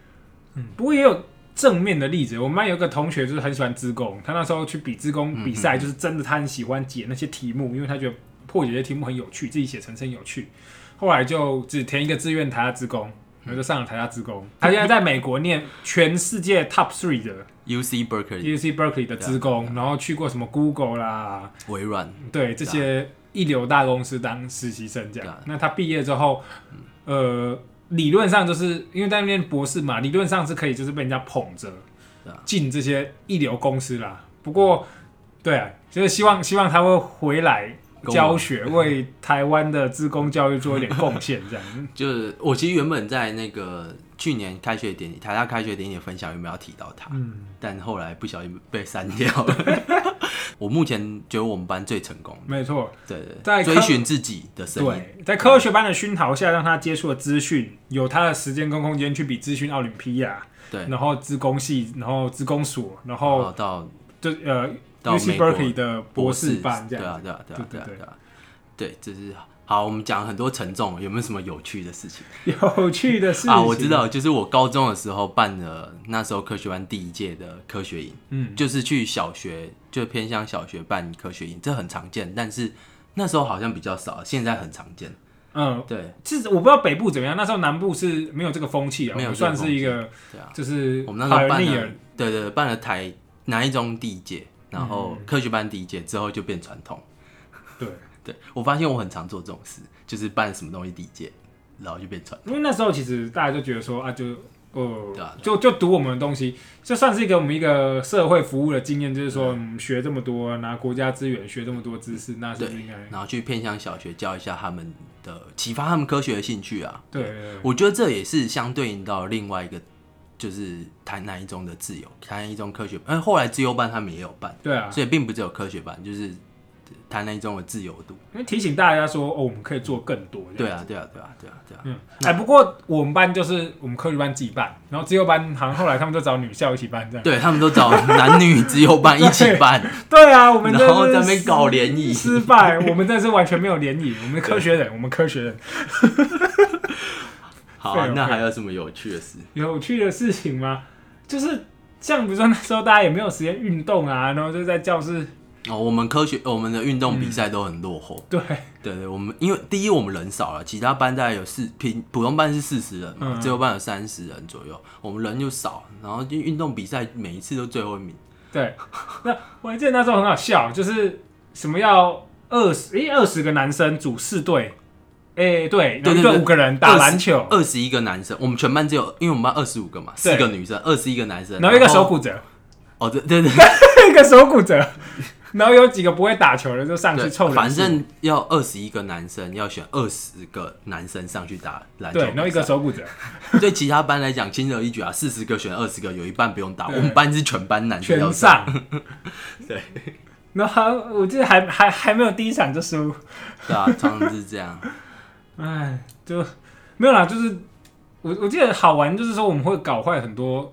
Speaker 2: 嗯，不过也有正面的例子。我们班有一个同学就是很喜欢自工，他那时候去比自工比赛，就是真的他很喜欢解那些题目，因为他觉得破解这些题目很有趣，自己写成是很有趣。后来就只填一个志愿台大自工，然后就上了台大自工。他现在在美国念全世界 top three 的
Speaker 1: U C Berkeley
Speaker 2: U C Berkeley 的自工，然后去过什么 Google 啦，
Speaker 1: 微软，
Speaker 2: 对这些一流大公司当实习生这
Speaker 1: 对
Speaker 2: 样
Speaker 1: 啊。
Speaker 2: 那他毕业之后，呃，理论上就是因为在那边博士嘛，理论上是可以就是被人家捧着
Speaker 1: 对啊
Speaker 2: 进这些一流公司啦。不过，对啊，就是希望希望他会回来
Speaker 1: 跟我
Speaker 2: 教学，为台湾的职工教育做一点贡献这样。
Speaker 1: <laughs> 就是我其实原本在那个去年开学典礼，台大开学典礼的分享有没有要提到他？
Speaker 2: 嗯，
Speaker 1: 但后来不小心被删掉了。
Speaker 2: <laughs>
Speaker 1: 我目前觉得我们班最成功，
Speaker 2: 没错，
Speaker 1: 对对
Speaker 2: 在
Speaker 1: 对，
Speaker 2: 科
Speaker 1: 追寻自己的声音，
Speaker 2: 对，在科学班的熏陶下，让他接触了资讯，有他的时间跟空间去比资讯奥林匹亚，
Speaker 1: 对，
Speaker 2: 然后职工系，然后职工所，然
Speaker 1: 然
Speaker 2: 后
Speaker 1: 后到
Speaker 2: 就呃
Speaker 1: 到
Speaker 2: ，U C
Speaker 1: 美国
Speaker 2: Berkeley 的博士班这
Speaker 1: 对
Speaker 2: 样。
Speaker 1: 啊，对啊，对啊，对啊，对啊，对，这是好，我们讲很多沉重，有没有什么有趣的事情
Speaker 2: <laughs> 有趣的事情
Speaker 1: 啊？我知，道，就是我高中的时候办了那时候科学班第一届的科学营，
Speaker 2: 嗯，
Speaker 1: 就是去小学，就偏向小学办科学营，这很常见，但是那时候好像比较少，现在很常见。
Speaker 2: 嗯，
Speaker 1: 对
Speaker 2: 是我不知道北部怎么样，那时候南部是没有这个风气啊，
Speaker 1: 没有
Speaker 2: 我们
Speaker 1: 这个
Speaker 2: 算是一个
Speaker 1: 对啊，
Speaker 2: 就是
Speaker 1: 我们那时候办 <laughs>
Speaker 2: pioneer
Speaker 1: 了，对对对办了台南一中第一届，然后
Speaker 2: 嗯
Speaker 1: 科学班第一届之后就变传统。
Speaker 2: 对，
Speaker 1: 对我发现我很常做这种事，就是办什么东西第一届，然后就变传。
Speaker 2: 因为那时候其实大家就觉得说啊，就呃
Speaker 1: 对啊，
Speaker 2: 就就读我们的东西，就算是给我们一个社会服务的经验，就是说嗯学这么多，拿国家资源学这么多知识，那是不是应该
Speaker 1: 然后去偏向小学教一下他们的，启发他们科学的兴趣啊。
Speaker 2: 对对对
Speaker 1: 我觉得这也是相对应到另外一个，就是台南一中的自由，台南一中科学，哎、后来自由班他们也有办，
Speaker 2: 对啊？
Speaker 1: 所以并不只有科学班，就是台南一中的自由度。
Speaker 2: 因为提醒大家说哦，我们可以做更多。这
Speaker 1: 对
Speaker 2: 样，
Speaker 1: 啊，对啊，对啊，对啊，对啊。
Speaker 2: 嗯，哎，不过我们班就是我们科学班自己办，然后自由班好像后来他们就找女校一起办这样。
Speaker 1: 对他们都找男女自由班一起办，
Speaker 2: <laughs> 对啊，我们
Speaker 1: 然后在
Speaker 2: 真的
Speaker 1: 那
Speaker 2: 是
Speaker 1: 边搞联谊。
Speaker 2: 失败， <laughs> 我们真的是完全没有联谊，我们科学 <laughs> 人，我们科学人。
Speaker 1: 好 <laughs>
Speaker 2: 废
Speaker 1: 啊，
Speaker 2: 了
Speaker 1: 那
Speaker 2: 废了
Speaker 1: 还有什么有趣的事？
Speaker 2: 有趣的事情吗？就是像比如说那时候大家也没有时间运动啊，然后就在教室 <laughs>
Speaker 1: 哦，我们科学，我们的运动比赛都很落后。
Speaker 2: 对，
Speaker 1: 对对，我们因为第一我们人少了，其他班大概有四平普通班是四十人嘛，
Speaker 2: 嗯
Speaker 1: 自由班有三十人左右，我们人就少，然后就运动比赛每一次都最后一名，
Speaker 2: 对，那我还记得那时候很好笑，就是什么要二十诶二十个男生组四队，诶、对，然
Speaker 1: 对
Speaker 2: 后
Speaker 1: 对
Speaker 2: 一队
Speaker 1: 对
Speaker 2: 五个人打篮球，
Speaker 1: 二十一个男生，我们全班只有，因为我们班二十五个嘛，
Speaker 2: 对
Speaker 1: 四个女生，二十一个男生，
Speaker 2: 然后一个手，骨折，
Speaker 1: 哦对对对
Speaker 2: 一个手骨折，然后有几个不会打球的 <laughs> 就上去
Speaker 1: 对，
Speaker 2: 凑人数，
Speaker 1: 反正要二十一个男生要选二十个男生上去打篮球比
Speaker 2: 对
Speaker 1: 赛，，
Speaker 2: 然后一个手骨折，
Speaker 1: 对其他班来讲轻而易举啊，四十个选二十个，有一半不用打，
Speaker 2: 对
Speaker 1: 我们班是全班男生要
Speaker 2: 全上，
Speaker 1: <laughs> 对，
Speaker 2: 然后还我记得还还还没有第一场就输，
Speaker 1: 对啊，常常是这
Speaker 2: <laughs>
Speaker 1: 样，
Speaker 2: 哎，就没有啦，就是我我记得好玩，就是说我们会搞坏很多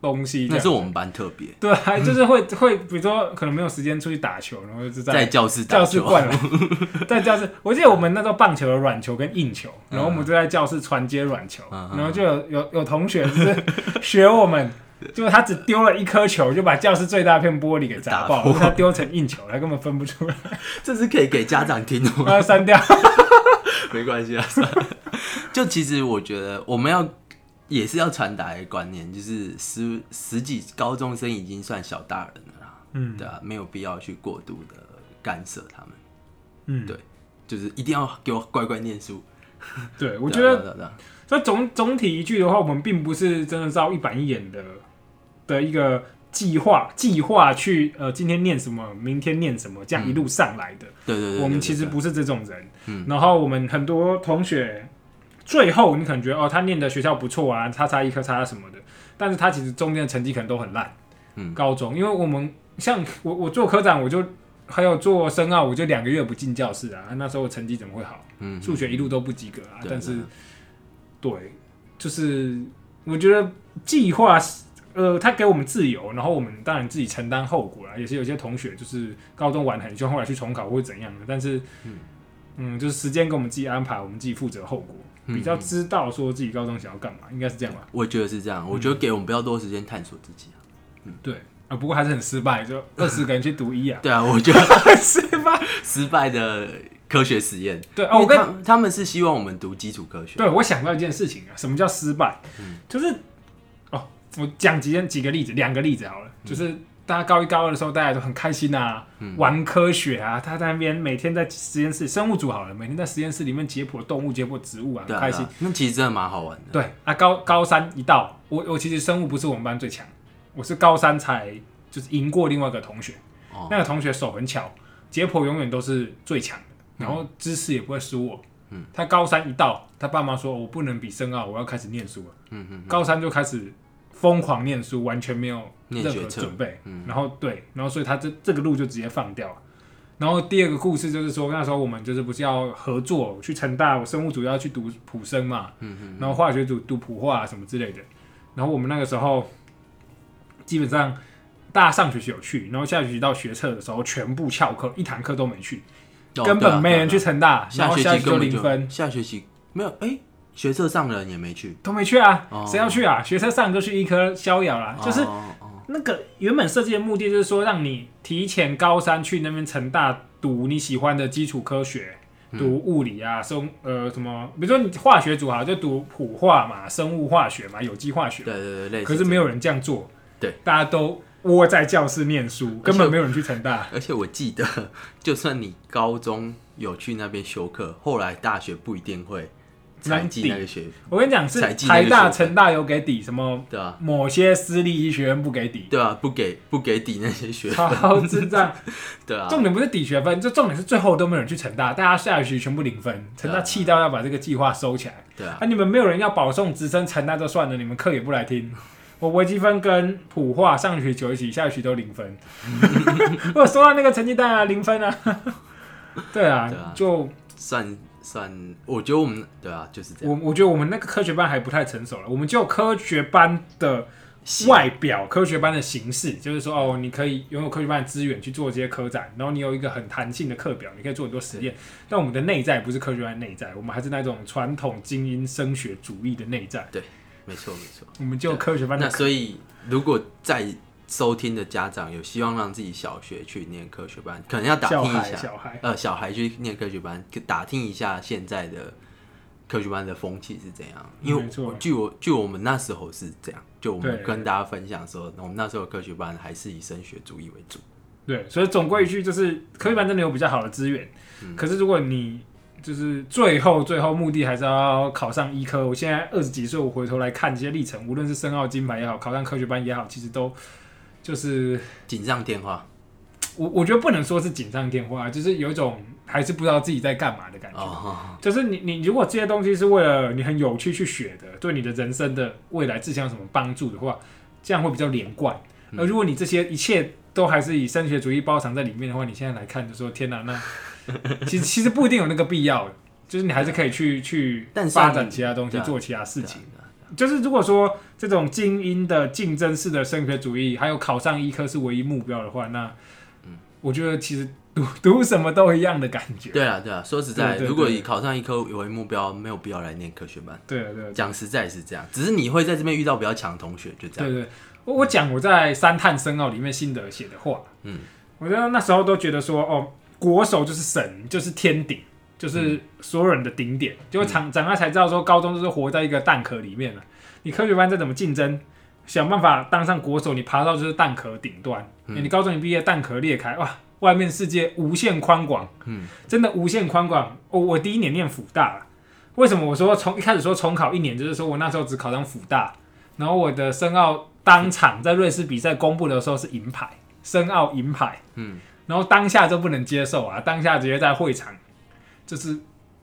Speaker 2: 东西这
Speaker 1: 那
Speaker 2: 样，
Speaker 1: 是我们班特别。
Speaker 2: 对啊，就是会会，比如说可能没有时间出去打球，然后就
Speaker 1: 在
Speaker 2: 在
Speaker 1: 教室打
Speaker 2: 教室
Speaker 1: 球，
Speaker 2: 灌 <laughs> 篮，在教室，我记得我们那时候棒球有软球跟硬球，然后我们就在教室传接软球，
Speaker 1: 嗯
Speaker 2: 然后就有有有同学就是学我们。 <laughs> 就是他只丢了一颗球，就把教室最大片玻璃给砸爆，
Speaker 1: 打破
Speaker 2: 因为他丢成硬球，他根本分不出来，
Speaker 1: <laughs> 这是可以给家长听的吗？ <laughs>
Speaker 2: 把它删掉。
Speaker 1: 没关系啊， <laughs> 算了就其实我觉得我们要也是要传达一个观念，就是十十几高中生已经算小大人了啦，
Speaker 2: 嗯
Speaker 1: 对啊，没有必要去过度的干涉他们，
Speaker 2: 嗯，
Speaker 1: 对就是一定要给我乖乖念书。
Speaker 2: <laughs> 对，我觉
Speaker 1: 对啊
Speaker 2: 得
Speaker 1: 对啊对啊
Speaker 2: 所以总总体一句的话，我们并不是真的照一板一眼的的一个计划计划去呃，今天念什么，明天念什么，这样一路上来的。
Speaker 1: 对对对对，
Speaker 2: 我们
Speaker 1: 对
Speaker 2: 其实，不是这种人。
Speaker 1: 嗯
Speaker 2: 然后我们很多同学，最后你可能觉得哦，他念的学校不错啊，叉叉一科叉叉什么的，但是他其实中间的成绩可能都很烂。
Speaker 1: 嗯
Speaker 2: 高中，因为我们像我我做科长，我就还有做深奥，我就两个月不进教室啊，那时候成绩怎么会好？
Speaker 1: 嗯啊
Speaker 2: 数学一路都不及格啊，
Speaker 1: 对
Speaker 2: 但是
Speaker 1: 对
Speaker 2: 对，就是我觉得计划是呃，他给我们自由，然后我们当然自己承担后果啦。也是有些同学就是高中玩得很凶，后来去重考或者怎样的，但是
Speaker 1: 嗯
Speaker 2: 嗯，就是时间给我们自己安排，我们自己负责后果，
Speaker 1: 嗯
Speaker 2: 比较知道说自己高中想要干嘛，应该是这样吧？
Speaker 1: 我觉得是这
Speaker 2: 嗯
Speaker 1: 样，我觉得给我们不要多时间探索自己啊。
Speaker 2: 对啊，不过还是很失败，就二十个人去读
Speaker 1: <laughs>
Speaker 2: 医啊，
Speaker 1: 对啊，我觉得
Speaker 2: 失败。
Speaker 1: 失败的科学实验，
Speaker 2: 对啊，我跟
Speaker 1: 因为他他们是希望我们读基础科学，
Speaker 2: 对，我想到一件事情啊，什么叫失败？
Speaker 1: 嗯
Speaker 2: 就是哦，我讲几件几个例子，两个例子好了，
Speaker 1: 嗯
Speaker 2: 就是大家高一高二的时候，大家都很开心啊，玩科学啊，他在那边每天在实验室，生物组好了，每天在实验室里面解剖动物、解剖植物啊，
Speaker 1: 对
Speaker 2: 很
Speaker 1: 啊，
Speaker 2: 开
Speaker 1: 对
Speaker 2: 心
Speaker 1: 啊。那其实真的蛮好玩的。
Speaker 2: 对啊，高高三一到，我我其实生物不是我们班最强，我是高三才就是赢过另外一个同学，
Speaker 1: 哦
Speaker 2: 那个同学手很巧，解剖永远都是最强的，
Speaker 1: 嗯
Speaker 2: 然后知识也不会输我。嗯，他高三一到，他爸妈说哦我不能比深奥，我要开始念书了。
Speaker 1: 嗯嗯，
Speaker 2: 高三就开始疯狂念书，完全没有任
Speaker 1: 念
Speaker 2: 何
Speaker 1: 学测
Speaker 2: 准备。
Speaker 1: 嗯
Speaker 2: 然后对，然后所以他这这个路就直接放掉了。然后第二个故事就是说，那时候我们就是不是要合作去成大，我生物组要去读普生嘛，
Speaker 1: 嗯嗯
Speaker 2: 然后化学组读普化什么之类的。然后我们那个时候基本上大家上学期有去，然后下学期到学测的时候全部翘课，一堂课都没去。
Speaker 1: 哦
Speaker 2: 根
Speaker 1: 对啊
Speaker 2: 本没
Speaker 1: 对啊
Speaker 2: 人
Speaker 1: 对啊
Speaker 2: 去成大，然
Speaker 1: 下
Speaker 2: 后
Speaker 1: 学
Speaker 2: 下
Speaker 1: 期
Speaker 2: 学期就
Speaker 1: 根本
Speaker 2: 零分
Speaker 1: 就，下学期没有，哎、学测上的人也没去，
Speaker 2: 都没去啊
Speaker 1: 哦，
Speaker 2: 谁要去啊？学车上就去医科逍遥啦，就是
Speaker 1: 哦哦
Speaker 2: 那个原本设计的目的就是说，让你提前高三去那边成大读你喜欢的基础科学，
Speaker 1: 嗯
Speaker 2: 读物理啊，生呃什么，比如说你化学组好就读普化嘛，生物化学嘛，有机化学
Speaker 1: 对。对对，类似。
Speaker 2: 可是没，有人这样做，
Speaker 1: 对，
Speaker 2: 大家都窝在教室念书，
Speaker 1: 而且
Speaker 2: 根本没有人去成大。
Speaker 1: 而且我记得，就算你高中有去那边修课，后来大学不一定会采集那个学，
Speaker 2: 我跟你讲，是
Speaker 1: 采集那个
Speaker 2: 台大、
Speaker 1: 学分
Speaker 2: 成大有给底，什么
Speaker 1: 对啊，
Speaker 2: 某些私立医学院不给底，
Speaker 1: 对啊，不给不给抵那些 <laughs>
Speaker 2: <laughs>
Speaker 1: 学，
Speaker 2: 超
Speaker 1: <laughs>
Speaker 2: 智障。
Speaker 1: 对啊，
Speaker 2: 重点不是抵学分，就重点是最后都没有人去成大，大家下学期全部
Speaker 1: <laughs>
Speaker 2: 零分，成大气到要把这个计划收起来。
Speaker 1: 对啊，
Speaker 2: 啊，你们没有人要保送直升成大就算了，你们课也不来听。我微积分跟普化上学期九一起，下学期都零
Speaker 1: <laughs>
Speaker 2: 分。我收到那个成绩单啊，零分啊。 <laughs> 对啊，
Speaker 1: 对啊
Speaker 2: 就
Speaker 1: 算算，我觉得我们对啊就是这样。
Speaker 2: 我我觉得我们那个科学班还不太成熟了，我们就科学班的
Speaker 1: 行
Speaker 2: 外表、科学班的形式，就是说哦，你可以拥有科学班的资源去做这些科展，然后你有一个很弹性的课表，你可以做很多实验。但我们的内在不是科学班的内在，我们还是那种传统精英升学主义的内在，
Speaker 1: 没错没错。
Speaker 2: 我们就科学班
Speaker 1: 那
Speaker 2: 的
Speaker 1: 所以，如果在收听的家长有希望让自己小学去念科学班，可能要打
Speaker 2: 小
Speaker 1: 听一
Speaker 2: 孩，
Speaker 1: 下，
Speaker 2: 小孩。
Speaker 1: 呃，小孩去念科学班，可打听一下现在的科学班的风气是怎样。因为
Speaker 2: 嗯没错
Speaker 1: 我据我据我们那时候是这样，就我们
Speaker 2: 对
Speaker 1: 跟大家分享说，我们那时候的科学班还是以升学主义为主。
Speaker 2: 对，所以总归一句就是，科学班真的有比较好的资源，可是如果你就是最后最后目的还是要考上医科，我现在二十几岁，我回头来看这些历程，无论是申奥金牌也好，考上科学班也好，其实都就是
Speaker 1: 锦上添花
Speaker 2: 我我觉得不能说是锦上添花，就是有一种还是不知道自己在干嘛的感觉。
Speaker 1: 哦，
Speaker 2: 就是你你如果这些东西是为了你很有趣去学的，对你的人生的未来志向有什么帮助的话，这样会比较连贯。
Speaker 1: 嗯
Speaker 2: 而如果你这些一切都还是以升学主义包藏在里面的话，你现在来看就说天哪、
Speaker 1: <laughs>
Speaker 2: 那其实其实不一定有那个必要，就是你还是可以去去
Speaker 1: 但
Speaker 2: 发
Speaker 1: 上
Speaker 2: 展
Speaker 1: 瘾
Speaker 2: 其他东西
Speaker 1: 对，啊
Speaker 2: 做其他事情。
Speaker 1: 对啊对啊
Speaker 2: 就是如果说这种精英的竞争式的升学主义，还有考上医科是唯一目标的话，那我觉得其实读读什么都一样的感觉。
Speaker 1: 对啊对啊，说实在，
Speaker 2: 对对对
Speaker 1: 如果以考上一科为目标，没有必要来念科学班。
Speaker 2: 对啊对啊
Speaker 1: 讲实在是这样，只是你会在这边遇到比较强的同学，就这样。
Speaker 2: 对对，我我讲我在三探深奥里面心得写的话，
Speaker 1: 嗯，
Speaker 2: 我觉得那时候都觉得说，哦，国手就是神，就是天顶，
Speaker 1: 嗯
Speaker 2: 就是所有人的顶点。结果长长大才知道说，高中就是活在一个蛋壳里面了。你科学班再怎么竞争，想办法当上国手，你爬到就是蛋壳顶端。
Speaker 1: 嗯
Speaker 2: 欸你高中一毕业，蛋壳裂开，哇！外面世界无限宽广，
Speaker 1: 嗯，
Speaker 2: 真的无限宽广。我、我第一年念辅大啦，为什么我说从一开始说重考一年，就是说我那时候只考上辅大，然后我的申奥当场在瑞士比赛公布的时候是银牌，申奥银牌，
Speaker 1: 嗯，
Speaker 2: 然后当下就不能接受啊，当下直接在会场就是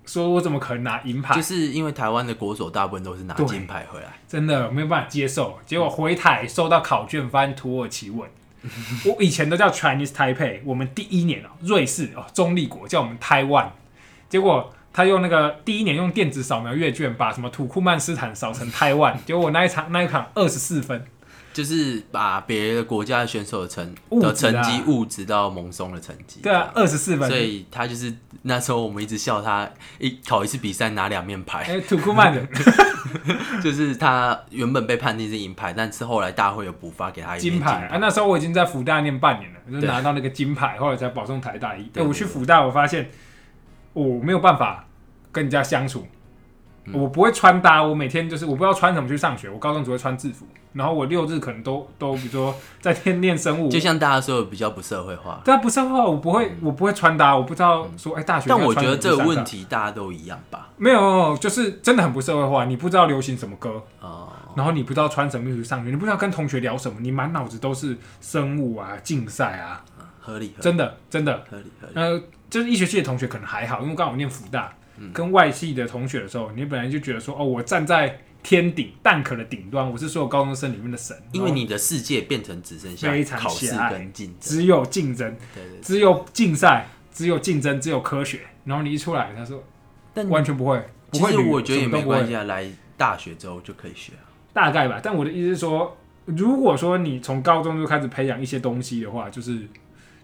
Speaker 2: 说我怎么可能拿银牌
Speaker 1: 就，是因为台湾的国手大部分都是拿
Speaker 2: 对
Speaker 1: 金牌回来，
Speaker 2: 真的没有办法接受。结果回台收到考卷，发现土耳
Speaker 1: <laughs>
Speaker 2: 其文。我以前都叫 Chinese Taipei，我们第一年哦、瑞士哦、中立国叫我们 Taiwan，结果他用那个第一年用电子扫描阅卷，把什么土库曼斯坦扫成 Taiwan，结果我那一场那一场二十四分，
Speaker 1: 就是把别的国家的选手的成
Speaker 2: 物质啊
Speaker 1: 的成绩物质到蒙松的成绩。
Speaker 2: 对啊，二十四
Speaker 1: 这样，
Speaker 2: 分
Speaker 1: 所。以他就是那时候我们一直笑他一考一次比赛拿两面牌，
Speaker 2: 哎、土库
Speaker 1: <laughs>
Speaker 2: 曼人
Speaker 1: 就是他原本被判定是银牌，但是后来大会有补发给他一面
Speaker 2: 金牌啊！那时候我已经在福大念半年了，就
Speaker 1: 对
Speaker 2: 拿到那个金牌，后来才保送台大一。哎、
Speaker 1: 对
Speaker 2: 我去福大，我发现我没有办法跟人家相处，
Speaker 1: 嗯
Speaker 2: 我不会穿搭，我每天就是我不知道穿什么去上学。我高中只会穿制服，然后我六日可能都都比如
Speaker 1: <laughs>
Speaker 2: 说在天练生物
Speaker 1: 就，像大家说的比较不社会化。
Speaker 2: 但不是的话，我不会我不会穿搭，我不知道说哎、大学
Speaker 1: 嗯但
Speaker 2: 应该
Speaker 1: 我觉
Speaker 2: 穿
Speaker 1: 得这
Speaker 2: 什么去
Speaker 1: 个
Speaker 2: 上
Speaker 1: 问
Speaker 2: 课
Speaker 1: 题大家都一样吧。
Speaker 2: 没有，就是真的很不社会化，你不知道流行什么歌，
Speaker 1: 哦、
Speaker 2: 然后你不知道穿什么衣服上学，你不知道跟同学聊什么，你满脑子都是生物啊、竞赛啊，
Speaker 1: 合理合理
Speaker 2: 真的真的。
Speaker 1: 合理合理。
Speaker 2: 呃，就是医学系的同学可能还好，因为刚好我念福大，
Speaker 1: 嗯
Speaker 2: 跟外系的同学的时候，你本来就觉得说，哦，我站在天顶蛋壳的顶端，我是所有高中生里面的神，
Speaker 1: 因为你的世界变成只剩下
Speaker 2: 非常
Speaker 1: 考试
Speaker 2: 狭隘
Speaker 1: 跟竞争，
Speaker 2: 只有竞争，
Speaker 1: 对对对。
Speaker 2: 只有竞赛，只有竞争，只有科学。然后你一出来，他说
Speaker 1: 但
Speaker 2: 完全不会，
Speaker 1: 嗯
Speaker 2: 不
Speaker 1: 其
Speaker 2: 会
Speaker 1: 实
Speaker 2: 捋
Speaker 1: 我觉得也
Speaker 2: 什么
Speaker 1: 没
Speaker 2: 都不会
Speaker 1: 关系啊，来大学之后就可以学啊。
Speaker 2: 大概吧。但我的意思是说，如果说你从高中就开始培养一些东西的话，就是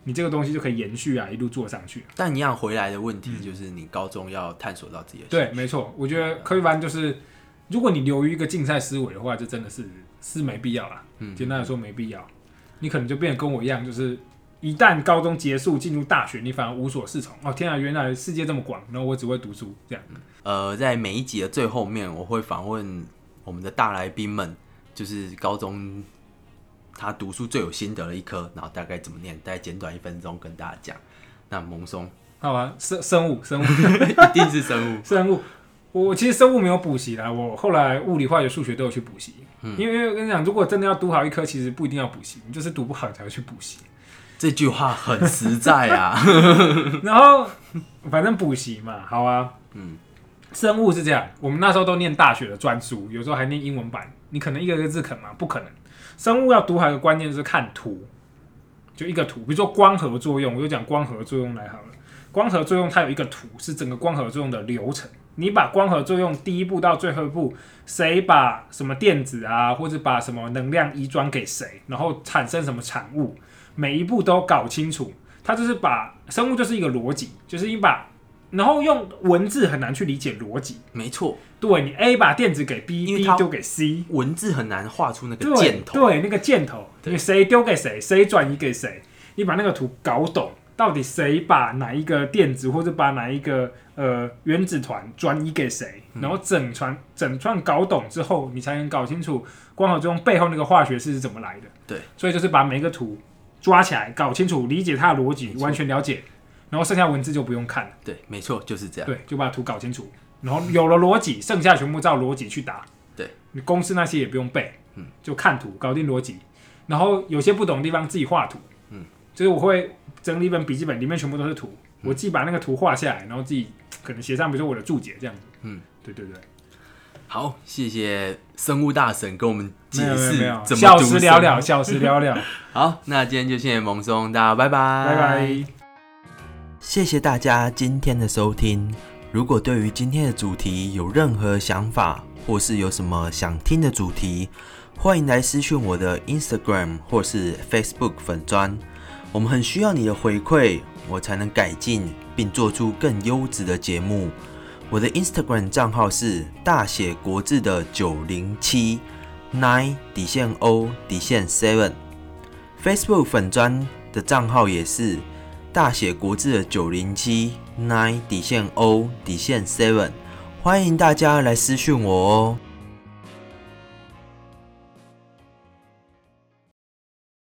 Speaker 2: 你这个东西就可以延续啊，一路做上去。
Speaker 1: 但一样回来的问题就是，你高中要探索到自己的
Speaker 2: 对，没错，我觉得科学班就是，如果你流于一个竞赛思维的话，这真的是是没必要啦。
Speaker 1: 嗯
Speaker 2: 简单来说没必要，你可能就变得跟我一样，就是一旦高中结束进入大学，你反而无所适从。哦，天啊，原来世界这么广，然后我只会读书这样。
Speaker 1: 呃，在每一集的最后面，我会访问我们的大来宾们，就是高中他读书最有心得的一科，然后大概怎么念，大概简短一分钟跟大家讲。那蒙松 <laughs>
Speaker 2: 好吧，生生物 <laughs> 生物
Speaker 1: 一定是生物，
Speaker 2: 生物，我其实生物没有补习啦，我后来物理、化学、数学都有去补习，因为我跟你讲，如果真的要读好一科，其实不一定要补习，你就是读不好你才会去补习。
Speaker 1: 这句话很实在啊。
Speaker 2: <laughs> 然后反正补习嘛，好啊，嗯，生物是这样，我们那时候都念大学的专书，有时候还念英文版，你可能一个一个字啃吗？不可能。生物要读好一个关键就是看图，就一个图，比如说光合作用，我就讲光合作用来好了。光合作用它有一个图，是整个光合作用的流程。你把光合作用第一步到最后一步，谁把什么电子啊，或者把什么能量移转给谁，然后产生什么产物，每一步都搞清楚。它就是把生物就是一个逻辑，就是你把，然后用文字很难去理解逻辑。
Speaker 1: <laughs> 没错，
Speaker 2: 对你 A 把电子给 B，
Speaker 1: 因为
Speaker 2: B
Speaker 1: 它
Speaker 2: 丢给 C，
Speaker 1: 文字很难画出那个
Speaker 2: 对
Speaker 1: 箭头。
Speaker 2: 对那个箭头，
Speaker 1: 对
Speaker 2: 你谁丢给谁，谁转移给谁，你把那个图搞懂，到底谁把哪一个电子或者把哪一个呃原子团转移给谁，
Speaker 1: 嗯
Speaker 2: 然后整串整串搞懂之后，你才能搞清楚光合作用背后那个化学式是怎么来的。
Speaker 1: 对，
Speaker 2: 所以就是把每一个图抓起来，搞清楚，理解它的逻辑
Speaker 1: 没，错
Speaker 2: 完全了解，然后剩下文字就不用看了，
Speaker 1: 对，没错，就是这样。
Speaker 2: 对，就把图搞清楚，然后有了逻辑，剩下全部照逻辑去打。
Speaker 1: 对，
Speaker 2: 你公式那些也不用背，嗯，就看图搞定逻辑，然后有些不懂的地方自己画图，嗯，就是我会整理一本笔记本，里面全部都是图，
Speaker 1: 嗯
Speaker 2: 我自己把那个图画下来，然后自己可能写上，比如说我的注解这样子，
Speaker 1: 嗯，
Speaker 2: 对对对，
Speaker 1: 好，谢谢生物大神跟我们解
Speaker 2: 没有没有
Speaker 1: 释
Speaker 2: 没有，
Speaker 1: 怎
Speaker 2: 小
Speaker 1: 么读生
Speaker 2: 时
Speaker 1: 物。
Speaker 2: 了了，小时
Speaker 1: <laughs>
Speaker 2: 了了，
Speaker 1: 好，那今天就谢谢蒙松，大家拜拜，
Speaker 2: 拜拜。
Speaker 1: 谢谢大家今天的收听。如果对于今天的主题有任何想法，或是有什么想听的主题，欢迎来私讯我的 Instagram 或是 Facebook 粉砖。我们很需要你的回馈，我才能改进并做出更优质的节目。我的 Instagram 账号是大写国字的九零七 nine 底线 O 底线 seven。Facebook 粉砖的账号也是大写国字的九零七 nine 底线 O 底线 seven，欢迎大家来私讯我哦。